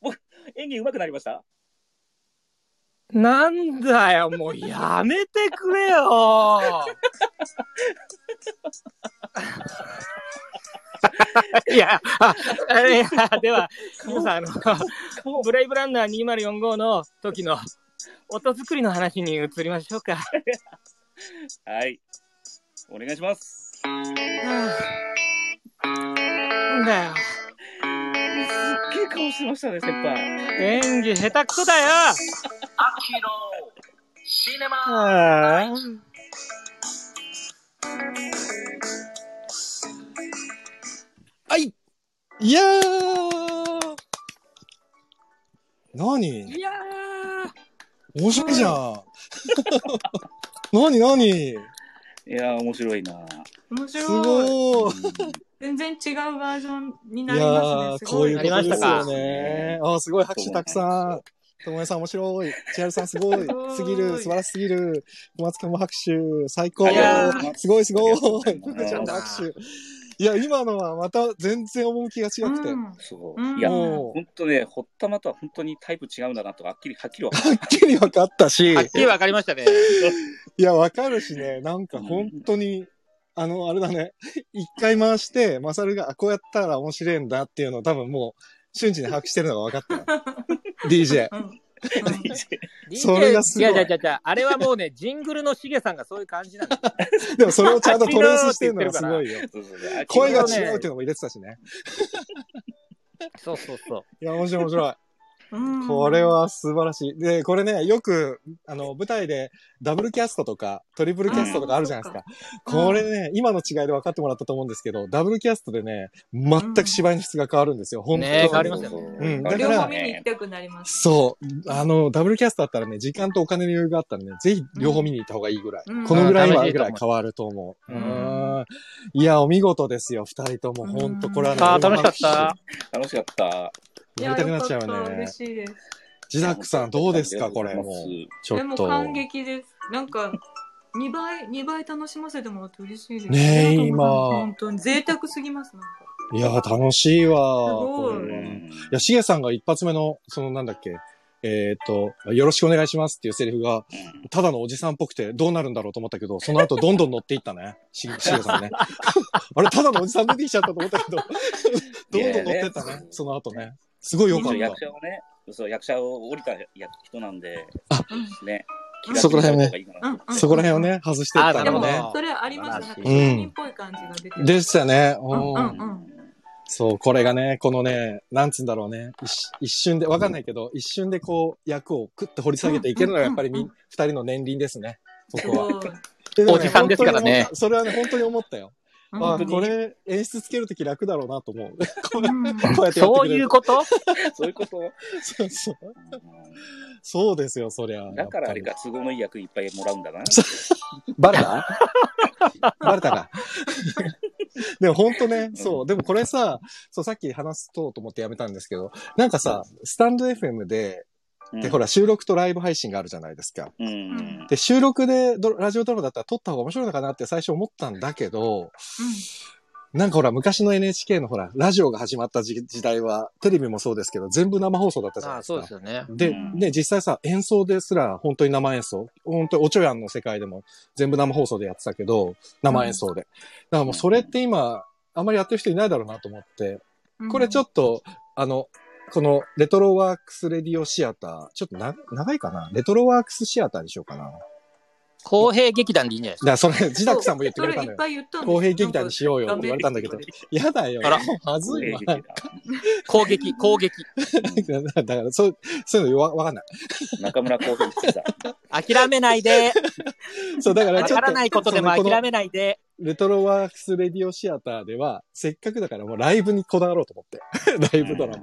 D: 僕、演技上手くなりました
C: なんだよ、もうやめてくれよ。 *laughs* いや、あいやでは、皆さん、あの、
D: 顔
C: ブレイブランナー2045の時の音作りの話に移りましょうか。
D: はい。お願いします。
C: なんだよ、
D: すっげえ顔してましたね、先輩。
C: 演技下手くそだよ。
E: 秋のシネマ
F: あ
A: はいいやー何
C: いや
A: 面白いじゃ *laughs* ん。何何
D: いやー、面白いな。
B: 面白い
A: すごい。
B: 全然違うバージョンに
A: い
B: なり
A: や
B: ます
A: ー
B: ね。す
A: こ
B: ご
A: う
B: い
A: いうことです
C: なりま
A: よ
D: した
A: ね。あーすごい拍手たくさん。ともやさん面白い。千春さんすごい
B: すごい。
A: すぎる。素晴らしすぎる。小松君も拍手。最高
D: あり
C: が
D: とうございま。す
A: すごいすご
D: あ
A: い。
D: りがと
A: ふ
D: うございます
A: うかちゃんの拍手。いや、今のはまた全然趣が違く *laughs* て。
B: うん
D: そう。
B: うん
D: いや、
A: もう、
D: ほんとね、ほったまとは本当にタイプ違うんだなとか、はっきり、はっきりわか
A: は
D: る
A: っきり分かったし、
C: はっきりわかりましたね。
A: いや、分かるしね、なんか本当に、あの、あれだね、一回回して、マサルが、あ、こうやったら面白いんだっていうのを多分もう、瞬時に把握してるのが分かったよ。DJ。 *laughs*
B: うんうん
A: それがすごい
C: ややややあれはもうね、ジングルのしげさんがそういう感じなんだよ
A: *laughs* でもそれをちゃんとトレースしてるのがすごいよ。
D: そうそうそうあ
A: 声が
D: 違う
A: 違うっていうのも入れてたしね。
C: そうそうそう。
A: いや、面白い面白い。
B: うん
A: *laughs* これ。は素晴らしい。で、これね、よく、あの、舞台でダブルキャストとか、トリプルキャストとかあるじゃないですか。
B: うん
A: これね、今の違いで分かってもらったと思うんですけど、ダブルキャストでね、全く芝居の質が変わるんですよ。本当に。
C: ね変わりますよね
A: うんだから
B: 両方見に行きたくなります。
A: そう。あの、ダブルキャストだったらね、時間とお金の余裕があったらね、ぜひ両方見に行った方がいいぐらい。
B: うん
A: このぐらいは
C: うん
A: ぐらい変わると思う。う
C: 楽しいと
A: ん。いや、お見事ですよ、二人とも。ほんと、これはね。
C: ああ、楽しかった。
D: 楽しかった。
A: やりたくなっちゃう
B: いやよ
A: よ
B: かった
A: ね
B: 嬉。しいです。
A: ジダックさん、どうですか、これ。もうち
B: で
A: ょっ
B: も
A: と。
B: 感激です。なんか、2倍、二倍楽しませてもらって嬉しいです。
A: ねえ
B: ありがとうございます
A: 今
B: 本当に贅沢すぎます、なんか。
A: いや、楽しいわ。
B: すごい
A: こ
D: う
A: れは
D: ん
A: いや、しげさんが一発目の、そのなんだっけ、えっ、と、よろしくお願いしますっていうセリフが、ただのおじさんっぽくてどうなるんだろうと思ったけど、その後どんどん乗っていったね。ししげさんね。 *laughs* あれ、ただのおじさん出てきちゃったと思ったけ
B: *laughs*
A: ど、どんどん乗ってった
D: いやいや
A: ね、その後ね。すごい良かっ
D: 一
A: た
D: 応役。者をね、そう役者を降りた役人なんで、ね、
B: うん
D: 気が付いた方がいいかな
B: うんうん
A: そこら辺をね、外していった
B: で
A: の
B: も
A: ね。、
B: それありますね。なんか
C: うん
B: 職人っぽい感じが出てる。
A: でしたね。
B: うん
A: うん
B: うん
A: そう、これがね、このね、なんつうんだろうね、一一瞬で、わかんないけど、一瞬でこう、役をクッと掘り下げていけるのが、やっぱりみ、
B: う
A: 二、
B: んうん
A: 人の年輪ですね。
B: す
A: そこは。
B: ごい。
C: おじさんですからね
A: でも本当に思ったそれはね、本当に思ったよ。あ
B: う、ん
A: これ、演出つけるとき楽だろうなと思う。 *laughs* これ、こ
B: うん
A: うやってやって
C: そ
A: く
C: う
A: れ
C: い
A: る
C: う。こと
D: そういうこと、
A: そうそう。そうですよ、そりゃ。
D: だからあれ
A: や
D: か
A: っぱ
D: 都合のいい役いっぱいもらうんだな。
A: り。バレたバレた *laughs* か。でも本当ね、そう。でもこれさ、そう、さっき話すとと思ってやめたんですけど、なんかさ、スタンド FM で、で、ほ
D: ら、
A: ら、収録とライブ配信があるじゃないですか。
D: うん、
A: で、収録でドラジオドラマだったら撮った方が面白いのかなって最初思ったんだけど、なんかほら、昔の NHK のほら、ラジオが始まった時時代は、テレビもそうですけど、全部生放送だったじゃない
C: あ
A: ですか。
C: そうですよね。
A: で、
D: うん
A: ね、実際さ、演奏ですら、本当に生演奏。本当におちょやんの世界でも、全部生放送でやってたけど、生演奏で。だからもうそれって今、あんまりやってる人いないだろうなと思って、
B: うん
A: これちょっと、あの、このレトロワークスレディオシアター、ちょっとな、長いかなレトロワークスシアターにしようかな。だか
C: 公平劇団でいいんじゃないです
A: らそれ、自宅さんも言ってくれた
B: そ
A: の
B: い
A: よ
B: っ。ぱい言ったんですよ
A: 公平劇団にしようよって言われたんだけど、やだよ。
C: あら
A: まずいわ。
C: か。攻 *laughs* 撃、攻撃。
A: だから、そう、そういうのわわかんない。
D: 中村浩平でした。
C: 諦めないで。
A: そう、だから
C: わ
A: ちょ
C: か
A: っと。
C: らないことでも
A: そうね
C: 諦めないで。
A: レトロワークスレディオシアターでは、せっかくだからもうライブにこだわろうと思って。 *laughs* ライブドラマ。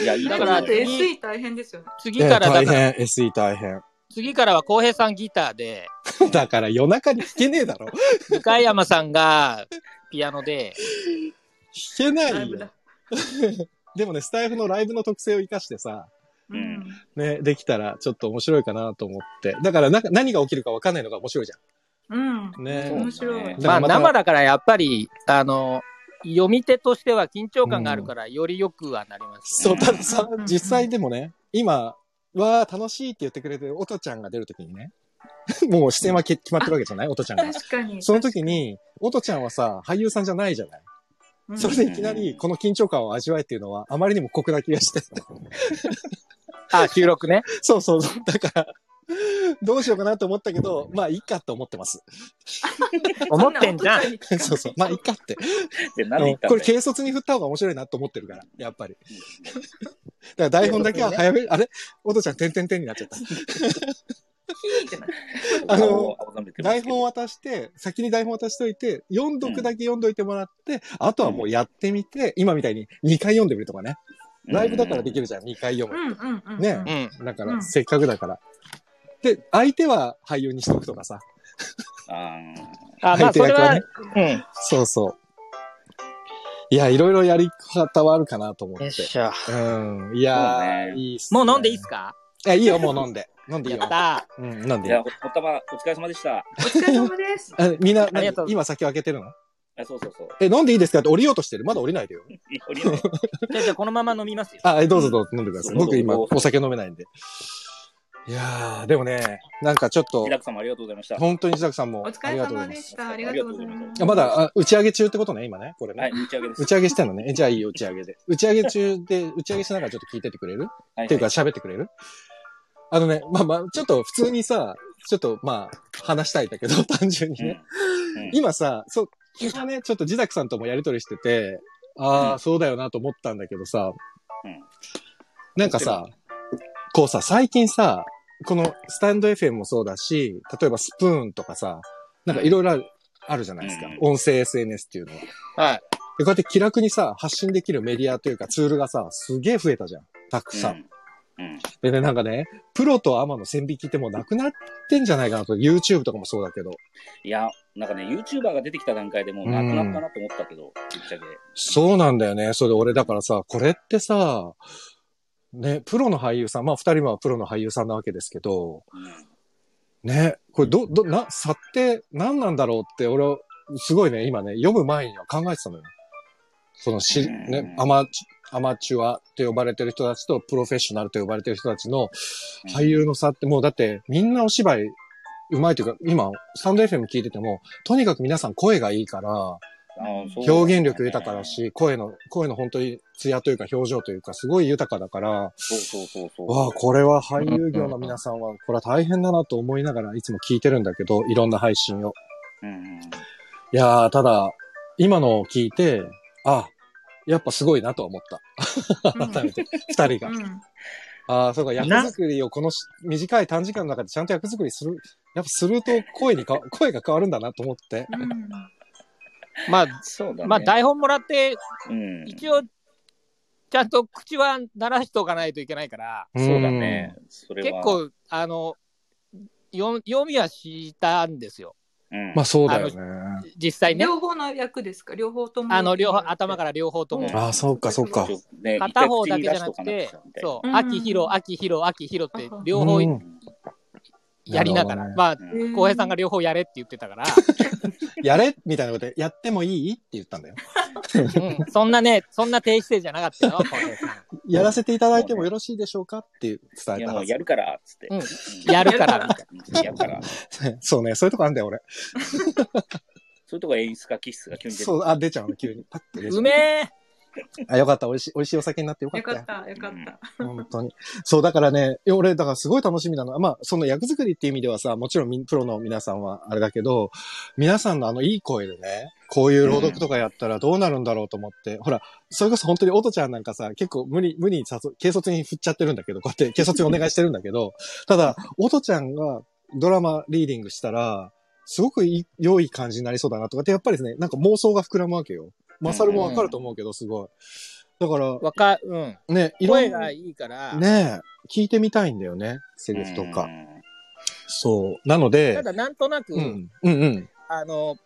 D: いや、いい
B: だ
C: だか
B: からら、SE 大変ですよね。
C: 次か
A: ね
C: ら、だ
A: 大
C: から、
A: 変、SE 大変。 *laughs*
C: 次からは浩平さんギターで、
A: だから夜中に弾けねえだ
C: *laughs*
A: ろ。弾
C: 向山さんがピアノで、
A: けな
B: ライ
A: い
B: ブ
A: よ
B: だ。。
A: でもね、スタイフのライブの特性を生かしてさ、
B: うん。
A: ね、できたらちょっと面白いかなと思って。だからなんか何が起きるかわかんないのが面白いじ
B: うん
A: ゃ。ん。ね。
B: 面白い。
A: だから
C: まあ
A: また
C: 生だからやっぱり、あの、読み手としては緊張感があるから、よりよくはなります
A: そ
C: ね。
A: う、たださ
B: う、ん
A: 実際でもね、今、わー楽しいって言ってくれてる音ちゃんが出るときにね、 *laughs* もう視線は決決まってるわけじゃない音ちゃんが。
B: 確かに。
A: その時に、音ちゃんはさ、俳優さんじゃないじゃない
B: うん、
A: それでいきなりこの緊張感を味わえっていうのはあまりにも酷な気がして。 *laughs*
C: あ、収録ね。
A: そうそうそう。だから、どうしようかなと思ったけど、まあいいかと思ってます。
C: *laughs*
A: *laughs*
C: 思ってんじゃん。
A: そうそう。まあいいかって。
D: で、なんで言った
A: これ軽率に振った方が面白いなと思ってるから、やっぱり。だから台本だけは早め、あれ音ちゃん点点点になっちゃった。あの、台本渡して、先に台本渡しといて、読んどくだけ読んどいてもらって、あとはもうやってみて、今みたいに2回読んでみるとかね。ライブだからでき
D: る。
A: るじゃん、2回読む
B: う。んうんうん。
A: ね
C: うん。
A: だか
B: う
A: ら、
B: ん
A: せっかくだから。で、相手は俳優にしとくとかさ。
D: あ
C: あ、まあ
A: 相手
C: それ
A: 役
C: は、
A: ね。
C: うん。
A: そうそう。いや、いろいろやり方はあるかなと思っ。
C: よってしゃ。
A: うん。いやー、
D: そうね
A: いいっすね、
C: もう飲んでいいっすか
A: いや、いいよ、もう飲んで。飲んでいい
C: やっ
A: よ。
C: た
A: うん、飲ん
D: あ。
A: でい
D: じ
A: い
D: ゃあ、
A: よ。
D: おったま、お疲れ様でした。
B: お疲れ
A: *laughs*
B: 様です。
A: あみんな、何
C: りがとう
A: 今先を開けてるの
D: あそうそうそう。 *laughs*
A: え、飲んでいいですかって降りようとしてる。まだ降りないでよ。*laughs*
D: 降りる
C: ー。じゃあ、じゃあこのまま飲みますよ。
A: あ、えどうぞどうぞ飲んでください。
D: そう
A: 僕今、
D: どう
A: お
D: ぞ
A: 酒飲めないんで。いやー、でもね、なんかちょっと
D: 平、久様ありがとうございました。
A: 本当に自宅さんも
B: お
A: あ
B: 疲
A: り
B: れ
A: がとうござ
B: 様
A: いま。
B: ですした。ありがとうございます。
A: あまだあ打ち上げ中ってことね、今ね。これね。
D: はい、打ち上げです。
A: 打ち上げしてんのね。えじゃあいいよ打ち上げで。打ち上げ中で、打ち上げしながらちょっと聞いててくれる
D: はい
A: っていうか喋ってくれるあのね、まあまあ、ちょっと普通にさ、ちょっとまあ、話したいんだけど、単純にね。
D: うん
A: 今さ、そう、昨日ね、ちょっと自宅さんともやりとりしてて、ああ、
D: うん
A: そうだよなと思ったんだけどさ、
D: うん
A: なんかさ、こうさ、最近さ、このスタンド FM もそうだし、例えばスプーンとかさ、なんかいろいろあるあるじゃないですか。
D: う
A: 音声 SNS っていうのは。で、
C: はい。
A: こうやって気楽にさ、発信できるメディアというかツールがさ、すげえ増えたじゃん。たくさん。
D: うん。うん。
A: でね、なんかね、プロとアマの線引きってもうなくなってんじゃないかなと。YouTube とかもそうだけど。
D: いや、なんかね、YouTuber が出てきた段階でもうなくなったなと思ったけど、ぶっちゃけ。
A: そうなんだよね。それで俺だからさ、これってさ、ね、プロの俳優さん、まあ二人はプロの俳優さんなわけですけど、ね、これど、ど、な、差って何なんだろうって俺は、すごいね、今ね、読む前には考えてたのよ。そのし、
D: うん
A: ね、アマチュ、アマチュアって呼ばれてる人たちとプロフェッショナルと呼ばれてる人たちの
D: うん
A: 俳優の差ってもうだってみんなお芝居うまいというか、今、スタンド FM 聞いてても、とにかく皆さん声がいいから、
D: あーそう
A: 表現力豊かだし、声の、声の本当に艶というか表情というか、すごい豊かだから、
D: そうそうそうそう。
A: わあ、これは俳優業の皆さんは、これは大変だなと思いながらいつも聞いてるんだけど、いろんな配信を。
D: うん
A: いやー、ただ、今のを聞いて、あ、やっぱすごいなとは思った。改めて、二人が。ああ、そうか、役作りをこのし短い短時間の中でちゃんと役作りする、やっぱすると声にか、声が変わるんだなと思って。
C: まあ、
D: そうだね。
C: まあ、台本もらって、
D: うん、
C: 一応、ちゃんと口は鳴らしておかないといけないから、
D: そうだね。それ
C: 結
D: は。
C: 構、あの、よ読みはしたんですよ。
D: うん、
A: うん。まあそうだよね。*laughs*
C: 実際ね。
B: 両方の役ですか両方とも。
C: あの、両方、頭から両方とも。
D: うん
A: ああ、そうか、そうか
D: ち。ょね
C: 片方だけじゃなくて、そう、
B: うん
C: 秋広、秋広、秋広って
B: うん
C: 両方
A: うん
C: やりながら、
A: なるほ
C: まあ、
D: うん
C: 浩平さんが両方やれって言ってたから、
A: やれみたいなことで、やってもいいって言ったんだよ。
C: うんそんなね、そんな低姿勢じゃなかったよ、浩平さ
A: やらせていただいてもよろしいでしょうかっていう伝
D: い
A: え
D: や
A: た
D: も
A: は
D: う
A: ず
D: や。るから、つって。
C: うん。
D: うん
C: やるから、みたい
D: んやるから。
A: *laughs* そうね、そういうとこあんだよ、俺。
D: そういうとこ演出家気質が急に出てく
A: そ
D: る
A: う、あ、出ちゃうの、急に。パッと出
C: な。
A: ちゃ
C: うめえ
A: あ、よかった、美味しい、美味しいお酒になってよか
B: よ
A: った
B: か
A: よ
B: った、よかった。
A: 本当に。そう、だからね、いや俺、だからすごい楽しみなのは。まあ、その役作りっていう意味ではさ、もちろんみプロの皆さんはあれだけど、皆さんのあのいい声でね、こういう朗読とかやったらどうなるんだろうと思って、ほら、それこそ本当にオトちゃんなんかさ、結構無理、無理に誘う、軽率に振っちゃってるんだけど、こうやって軽率にお願いしてるんだけど、 *laughs* ただ、オトちゃんがドラマリーディングしたら、すごくいい良い感じになりそうだなとかって、やっぱりですね、なんか妄想が膨らむわけよ。マサルもわかると思うけど、すごい。だから、
C: わか、うん。
A: ね、いろん
C: 声
A: な
C: がいいから、
A: ねえ、聞いてみたいんだよね、セリフとか。そう。なので
C: た、だなんとなく、
A: うん、うん、うん、
C: あの、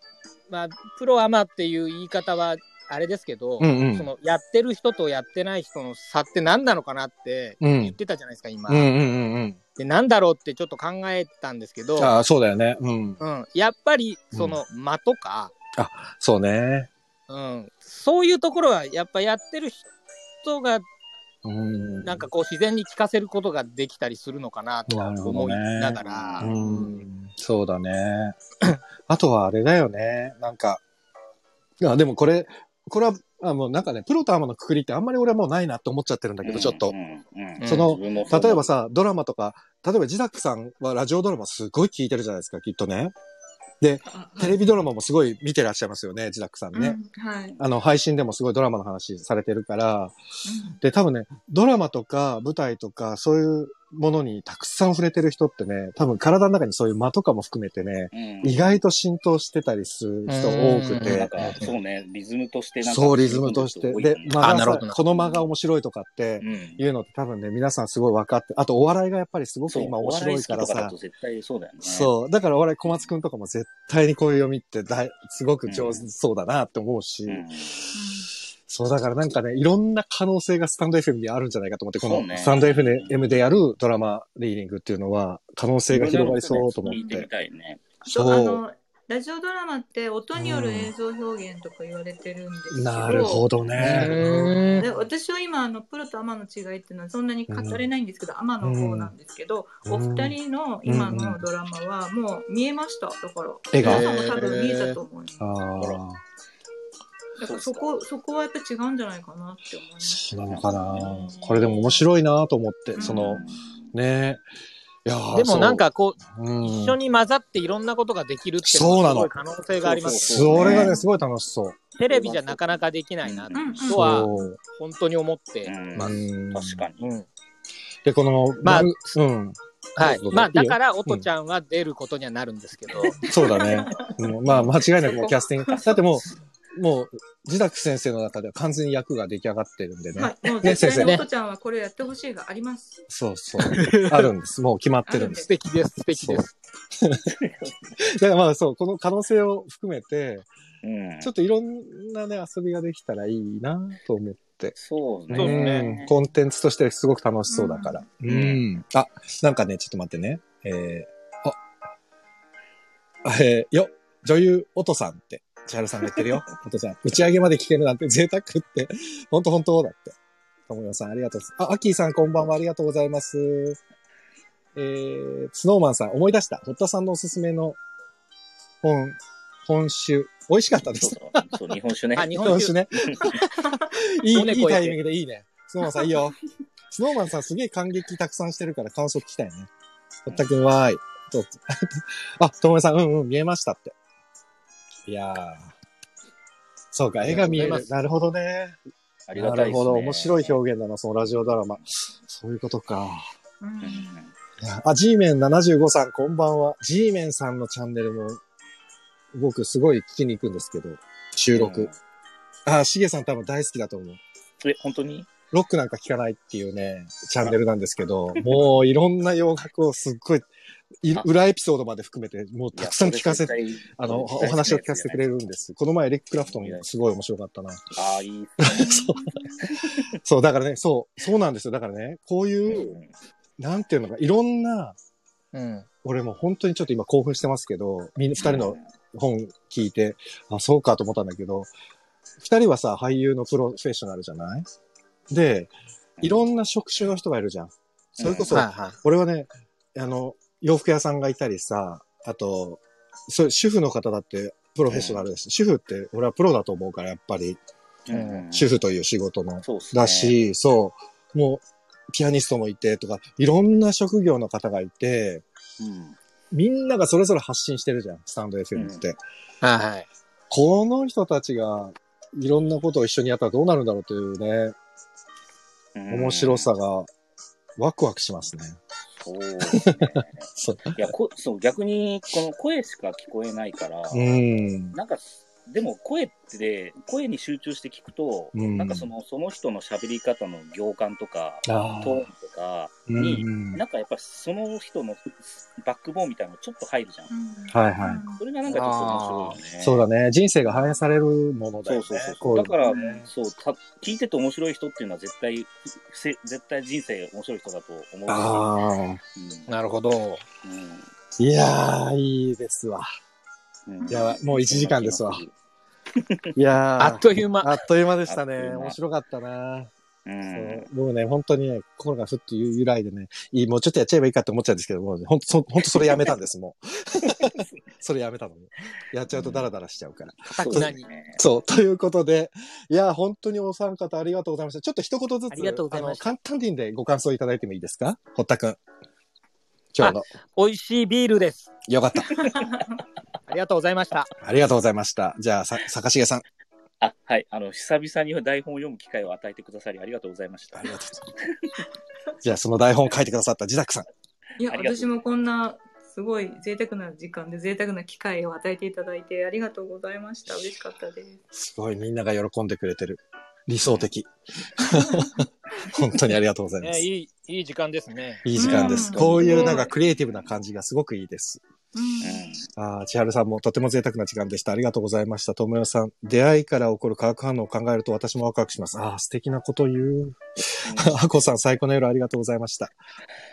C: まあ、プロアマっていう言い方は、あれですけど、
A: うんうん
C: そのやってる人とやってない人の差って何なのかなって
A: うん、う
C: 言っ
A: ん、
C: てたじゃないですか、今。
A: うん、うん、うん。
C: で、なんだろうってちょっと考えたんですけど、
A: ああ、そうだよね。うん。
C: うん、やっぱりその間とか、
A: そうね。
C: うんそういうところはやっぱやってる人が
A: うん。
C: なんかこう自然に聞かせることができたりするのかなとは思いながら、
A: う、ん、そうだね。 *coughs* あとはあれだよね。なんか、あでもこれ、これは、あもうなんかね、プロとアマのくくりってあんまり俺はもうないなって思っちゃってるんだけど、ちょっと。
C: そ
A: の例えば
D: さ、
A: さ、ドラマとか、例えばジダックさんはラジオドラマすごい聞いてるじゃないですか、きっとね。テレビドラマもすごい見てらっしゃいますよね、ジダックさんね。
B: はい。
A: あの、配信でもすごいドラマの話されてるから、で、多分ね、ドラマとか舞台とか、そういうものにたくさん触れてる人ってね、多分体の中にそういう間とかも含めてね、
D: うん
A: 意外と浸透してたりする人多く
C: うん
D: なん
A: て、
D: か、そうね、リズムとしてなんか
A: そう、リズムとして。で、間
C: あな
A: が
C: るほ
A: さ
C: ど
A: この間が面白いとかって
D: う、ん
A: いうのって多分ね、皆さんすごい分かって、あとお笑いがやっぱりすごく
D: そう
A: 今面白いから
D: お笑
A: さ
D: 好きとだと、絶対そうだよね。
A: そう。だからお笑い小松くんとかも絶対にこういう読みってだいすごく上手そうだなって思うし、
D: うん
A: そう、だからなんかね、いろんな可能性がスタンド FM にあるんじゃないかと思って、こ
D: そうね
A: のスタンド FM でやるドラマリーディングっていうのは、可能性が広がりそうと思っ
D: 聞いてみ
A: て。
D: たいね。
B: そう
A: そ
B: あのラジオドラマって音による映像表現とか言われてるんですけ
A: う。
B: ど、
A: なるほどね。
B: *laughs* で私は今あのプロとアマの違いっていうのはそんなに語れないんですけど、アマの方なんですけど、
A: うん
B: お二人の今のドラマはもう見えました、だから
A: 絵が
B: 皆さんも多分見えたと思います、
A: ああ、
B: だからそこそこはやっぱ違うんじゃないかなって思います
A: そうなのかな。これでも面白いなと思って、その、ね。いやー
C: でもなん、かこう、
A: そううん
C: 一緒に混ざっていろんなことができるって
A: そうなの
C: すごい可能性があります
D: そう
A: それがね、すごい楽しそう。
C: テレビじゃなかなかできないな
D: うん
B: うんうん
C: とは
A: そう
C: 本当に思って、
D: うん
A: うん
D: 確かに。
C: うん
A: で、この、
C: まあ
A: 丸うん。
C: はい
A: そうそうそう。
C: ま
A: い
C: あ、
A: いよ
C: だから、おとちゃんは出ることにはなるんですけど、
A: そうだ
B: *laughs*
A: ね。うんまあ、間違いなくもうキャスティング。だってもう、もう、ジダック先生の中では完全に役が出来上がってるんでね。
B: はい。もう
A: ね
B: 絶対
A: 先
B: に
A: 生
B: おとちゃんはこれをやってほしいがあります。
A: そうそう。あるんです。もう決まってるんで
C: 素
A: す。
C: 敵です、素敵です。
A: だからまあそう、この可能性を含めて、
D: うん
A: ちょっといろんなね、遊びができたらいいなと思って。
D: そう
C: そうですね
A: うんコンテンツとしてすごく楽しそうだから。う
C: ん
A: んあ、なんかね、ちょっと待ってね。えー、あ、えー、よ、女優、おとさんって、千春さんが言って
C: *laughs*
A: るよ。おとさん、打ち上げまで聞けるなんて贅沢って、ほんとほんとだって。ともよさん、ありがとうございます。あ、アッキーさん、こんばんは、ありがとうございます。えー、スノーマンさん、思い出した。堀田さんのおすすめの本、本酒、美味しかったです。
D: そうそう日本酒ね。
C: あ、日
A: 日本
C: 本
A: 酒
C: 酒。 *laughs*
A: ね。いい、
C: お
A: い
C: 猫
A: い
C: や
A: タ
C: け
A: イミングでいいね。スノーマンさんいいよ。スノーマンさんすげえ感激たくさんしてるから感想聞きたいね。堀田くんわーい。どうぞ *laughs* あ、ともえさん、うんうん、見えましたって。いやー。そうか、絵が見え
C: ありがとう
A: る。
C: ございます
A: なるほどね。
D: ありが
A: な
D: たい
A: る
D: です
A: ほ
D: ね。
A: ど。面白い表現だな、そのラジオドラマ。そういうことか。
B: *laughs* うん
D: うん
A: あ、G メン75さん、こんばんは。G メンさんのチャンネルも、僕すごい聞きに行くんですけど、収録。
D: うん
A: あ、しげさん多分大好きだと思う。
D: え、本当に
A: ロックなんか聴かないっていうね、チャンネルなんですけど、もういろんな洋楽をすっごい、い
D: あ
A: 裏エピソードまで含めて、もうたくさん聞かせて、、あの、お話を聞かせてくれ
D: る。
A: るんです。この前、エリック・クラフトンすごい面白かったな。
D: ああ、いいっ
A: そう、だからね、そう、そうなんですよ。だからね、こう
D: すね
A: いう、なんていうのか、いろんな、
C: うん。
A: 俺も本当にちょっと今興奮してますけど、みんな二人の本聞いて、あ、そうかと思ったんだけど、二人はさ、俳優のプロフェッショナルじゃないで、いろんな職種の人がいるじゃん。それこそ、
C: はいは
A: 俺はね、あの、洋服屋さんがいたりさ、あと、そう、主婦の方だってプロフェッショナルだし、主婦って俺はプロだと思うから、やっぱり、
D: うん
A: 主婦という仕事の。
D: そうっすね
A: だ、し、そう、もう、ピアニストもいてとか、いろんな職業の方がいて、
D: うん
A: みんながそれぞれ発信してるじゃん、スタンド FM って。
C: い。はいはい。
A: この人たちが、いろんなことを一緒にやったらどうなるんだろうというね、面白。さが、ワクワクしますね。
D: そうですね
A: そう。 *laughs*
D: いや、こそう逆に、この声しか聞こえないから、
A: うん。
D: なんか、でも声って、声に集中して聞くと、
A: うん
D: なんかその、その人の喋り方の行間とか、
A: あ
D: トーンとか、
A: ー
D: に
A: うん
D: なんかやっぱその人のバックボーンみたいなのちょっと入るじゃん。
A: はいはい。
D: それがなんかちょっと面白いよね。
A: そうだね。人生が反映されるものだ
D: そ
A: よ
D: う
A: ね。
D: そうそう
A: こ
D: そう。
A: い
D: だから、
B: うん
D: そうた、聞いてて面白い人っていうのは絶対、せ絶対人生面白い人だと思う。
A: ああ。
C: なるほど。
A: いやー、いいですわ。
D: うん。うん
A: やばいもう一時間です
D: *laughs*
A: わいやー。
C: あっという間。
A: あっという間でした
D: あっとい
A: ね。
D: う間
A: 面白かったな、
D: うん。
A: そう僕ね、本当にね、心がふっとゆ揺らいでね、いい、もうちょっとやっちゃえばいいかって思っちゃうんですけど、もう本当、本当それやめたんです、もう。 *laughs* それやめたのもうやっちゃうとダラダラしちゃうから。
C: かた
D: そう
C: くな
D: です
C: に。 *laughs*
D: ね
A: そう、ということで、いやー、本当にお三方ありがとうございました。ちょっと一言ずつ、
C: ありがとうございまし
A: あ
C: た
A: の簡単でいいんでご感想いただいてもいいですか堀田くん。今日の。
C: 美味しいビールです。
A: よかった。
C: ありがとうございました。
A: ありがとうございました。じゃあ、さ、坂重さん。
D: あ、はい。あの、久々に台本を読む機会を与えてくださり、ありがとうございました。
A: ありがとうございます。じゃあ、その台本を書いてくださった自宅さん。
B: いや
D: ありがとう
B: 私もこんなすごい贅沢な時間で贅沢な機会を与えていただいてありがとうございました嬉しかったです
A: すごい、みんなが喜んでくれてる。理想
C: *laughs*
A: 的。本当にありがとうございま
C: ね、
A: す。い
C: いい、いい時間ですね。
A: い時間です。
B: うん
A: こういうなんかクリエイティブな感じがすごくいいです。
B: うん
A: ああ、千春さんもとても贅沢な時間でした。ありがとうございました。ともよさん、出会いから起こる化学反応を考えると私もワクワクします。ああ、素敵なこと言う。あこさん、最高の夜ありがとうございました。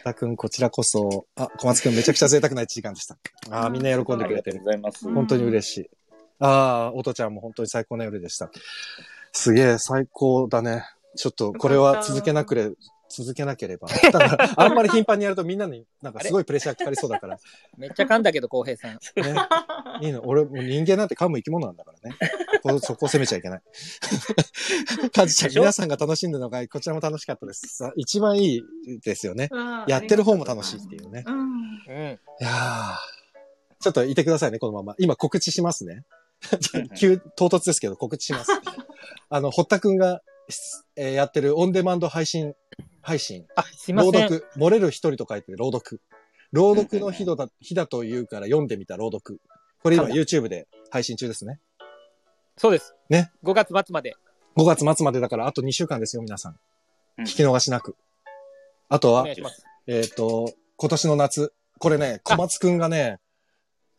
A: たくん、こちらこそ。あ、小松くん、めちゃくちゃ贅沢な1時間でした。ああ、みんな喜
D: うんん。
A: で
D: あ
A: く
D: り
A: れ
D: が
A: て
D: と
A: る
D: う。ございます。
B: うん
A: 本当に嬉しい。ああ、おとちゃんも本当に最高の夜でした。すげえ、最高だね。ちょっと、これは続けなくれ、続けなければ。だから、あんまり頻繁にやるとみんなになんかすごいプレッシャーかかりそうだから。
C: めっちゃ噛んだけど、浩平さん。 *laughs*
A: ね、いいの俺、もう人間なんて噛む生き物なんだからね。こそこを責めちゃいけない。 *laughs* カジちゃん、
D: でしょ
A: 皆さんが楽しんでるのが、こちらも楽しかったです。さ一番いいですよね。
B: わあ
A: やってる方も楽しいっていうね。
B: うん
C: うん。
A: いやーちょっといてくださいね、このまま。今告知しますね。急、唐突ですけ
C: *laughs*
A: ど告知します。あの、堀田くんが、えーやってるオンデマンド配信配信。
C: あ、すいませ
A: 朗
C: ん。
A: 読。漏れる一人と書いて朗読。朗読の日だ、日だと言うから読んでみた朗読。これ今
C: はい
A: YouTube で配信中ですね。
C: そうです。
A: ね。
C: 5月末まで。
A: 5月末までだからあと2週間ですよ、皆さん。
D: うん
A: 聞き逃しなく。あと
C: お
A: は
C: 願い、します。
A: えっ、と、今年の夏。これね、小松くんがね、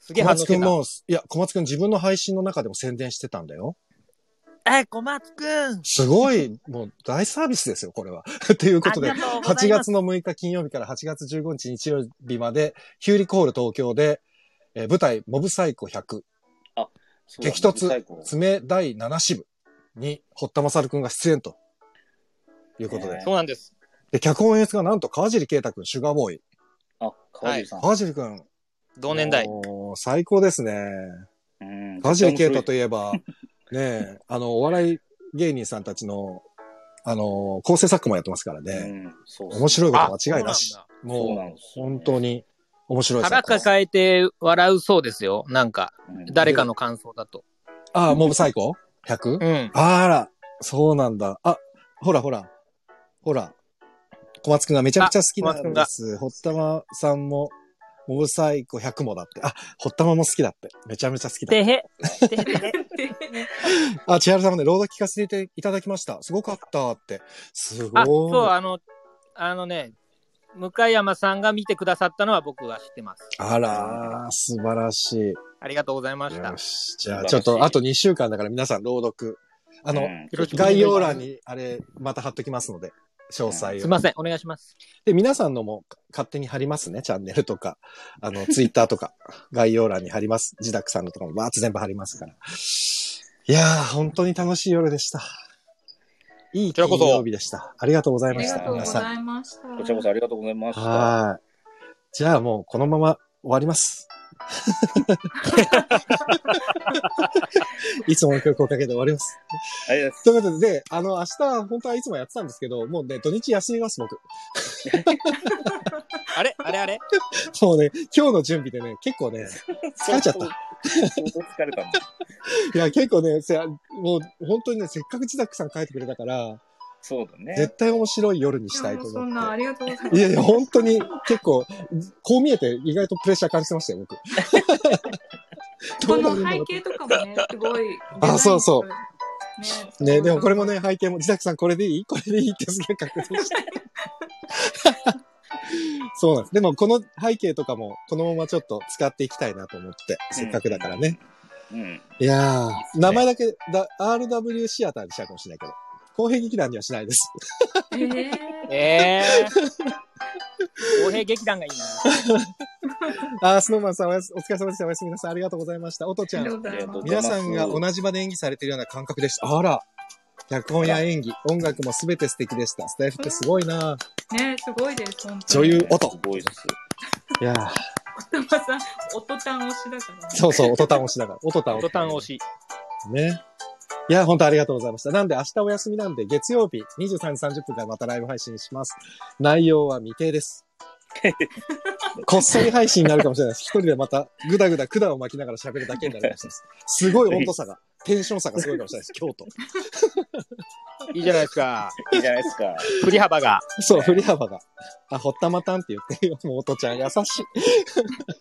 C: すげ
A: 小
C: え反応
A: 松
C: し
A: く
C: て
A: ん
C: た。
A: も、いや、小松くん自分の配信の中でも宣伝してたんだよ。
C: え、小松くん。
A: すご
C: *laughs*
A: い、もう大サービスですよ、これは。 *laughs* ということで、8月の6日金曜日から8月15日日曜日まで、ヒューリコール東京で、えー舞台、モブサイコ100、
D: そうだ
A: 激突
D: 最高
A: 爪第7支部に、堀田勝くんが出演と、いうことで。
D: ね
C: そうなんです。
A: で、脚本演出がなんと川尻慶太くん、シュガーボーイ。
D: あ、川尻さん。
A: 川尻くん。
C: 同年代。
A: もう最高ですね。
D: うん
A: 川尻慶太といえ
D: *laughs*
A: ば、ねえ、あの、お笑い芸人さんたちの、あの、構成作もやってますから
D: う
A: ね。
D: ん、そうそう
A: 面白いこ
C: あ
A: と間違いなし。。
D: そ
A: も
D: う
A: う、
D: なんですよね
A: 本当に面白い作家
C: 腹抱えて笑うそうですよ。なんか、
D: うん
C: 誰かの感想だと。
A: ああ、モブサイコ 100?
C: うん。
A: あら、そうなんだ。あ、ほらほら、ほら。小松くんがめちゃくちゃ好きなんです。ほったまさんも、モブサイコ100もだって。あ、ほったまも好きだって。めちゃめちゃ好きだ。
C: *laughs* てへ。てへてへ
A: あ、千春さんもね、朗読聞かせていただきました。すごかったって。す
C: あ、そう、
A: ごい。
C: あの、あのね、向山さんが見てくださったのは僕は知ってます。
A: あらー、素晴らしい。
C: ありがとうございました
A: よ。し。じゃあ、
D: 素晴らしい
A: ちょっと、あと2週間だから皆さん朗読。あの、
D: うん
C: よろしくお願い
A: 概
C: します
A: 要欄に、あれ、また貼っときますので、詳細を。
C: すいません、お願いします。
A: で、皆さんのも勝手に貼りますね。チャンネルとか、あの、ツイッター
C: *laughs*
A: とか、概要欄に貼ります。自宅さんのとかもバーッと全部貼りますから。いやー、本当に楽しい夜でした。いい金曜日でした。ありがとうござい
B: あ
A: ま
B: り
A: し
B: が
A: た。
B: とうご
A: 皆さ
B: ざ
A: ん。
B: いました。
D: こちらこそありがとうございました。
A: はーい。じゃあもうこのまま終わります。 *laughs* いつもの曲をかけて終わります。
D: ありがと
A: と
D: う
A: いうことで、であの、明日、本当はいつもやってたんですけど、もうね、土日休みます、僕。
C: あれあれあれ
A: もうね、今日の準備でね、結構ね、
D: ござ
A: 疲れ
D: いま
A: ちゃ
D: す
A: った。
D: 相当疲れたんだ。
A: いや、結構ね、せやもう本当にね、せっかく自宅さん書いてくれたから、
D: そうだね。
A: 絶対面白い夜にし
B: い
A: た
B: や
A: い
B: も
A: と
B: うそ
A: 思
B: んな
A: っ
B: ありがとうございます。
A: て。いやいや、本当に結構、こう見えて意外とプレッシャー感じてましたよ、僕。
B: *laughs* この
A: どうな
B: 背
A: るの
B: 景とかもね、すごい。。
A: あそうそうね、でもこれもね、背景も、自宅さんこれでい *laughs* いこれでいいってすげえ確認
B: *laughs*
A: して。そうなんです。でもこの背景とかも、このままちょっと使っていきたいなと思って、せっかくだからね。
D: うん。
A: いやー
C: いいっ、すね
A: 名前だけだ、RW シアターにしたかもしれないけど、公平劇団にはしないです。 *laughs*
B: えー
C: ええー。公平劇団がいいな。
A: あー、スノーマンさんおやすお疲れ様でした。おやすみなさい。ありがとうございました。おとち
B: あ
A: ゃ
B: りがと
A: ん
B: う、ございます
A: 皆さんが同じ場で演技されているような感覚でした。あら、脚本や演技、音楽もすべて素敵でした。スタイフってすごいな
B: ね、すごいです、本当
A: 女
B: に。
A: 優、音。
D: すごいです。
A: いやー
B: おと *laughs* まさん、おとたん推しだからね。
A: そうそう、音単押しだから。音単
C: ボタン押し。
A: ね。いや、本当ありがとうございました。なんで明日お休みなんで、月曜日23時30分からまたライブ配信します。内容は未定
C: *laughs*
A: です。こっそり配信になるかもしれないです。一人でまたぐだぐだ管を巻きながら喋るだけになりました。すごい温度差
C: *laughs*
A: が、テンション差がすごいかもしれないです。京都。
C: いいじゃないですか。
D: いいじゃないで
C: *laughs*
D: すか。
C: 振り幅が。
A: そう、振り幅が。あ、ほったまたんって言ってるよ。もうおとちゃん優しい。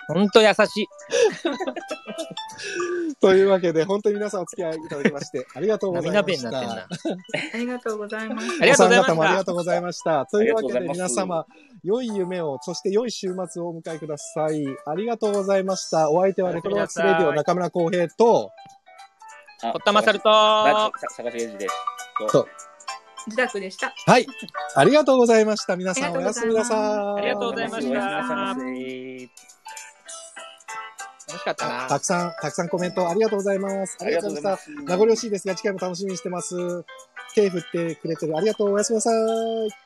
C: ほんと優しい。
A: というわけで、本当に皆さんお付き合いいただきまして、ありがとうございま
C: 涙
A: した。
C: 弁になってんな。
B: ありがとうございます。
C: ありがとうございました
A: お三方もありがとうございました。というわけで
D: ありがとうご
A: 皆
D: ざいます
A: 様、良い夢を、そして良い週末をお迎えください。ありがとうございました。お相手はレトロワックスレディオ中村浩平と、
D: 堀
C: 堀田勝と。
D: なんか、さ探しエイジです。
B: 自宅でした。
A: はい、ありがとうございました。皆さんお
B: あり
A: や
B: がと
A: す
B: う
A: み
B: ござい
A: な
B: ます
A: さい。
C: ありがとうございました
D: おやすみなさい。
C: 楽しかった
A: た
C: な
A: た。くさん、たくさんコメントありがとうございます。あ
D: あ
A: り
D: り
A: がとう
D: がとう
A: ご
D: ご
A: ざ
D: ざ
A: い
D: い
A: ま
D: ま
A: し
D: す。
A: た。名残惜しいですが、次回も楽しみにしてます。手振ってくれてる。ありがとう。おやすみなさい。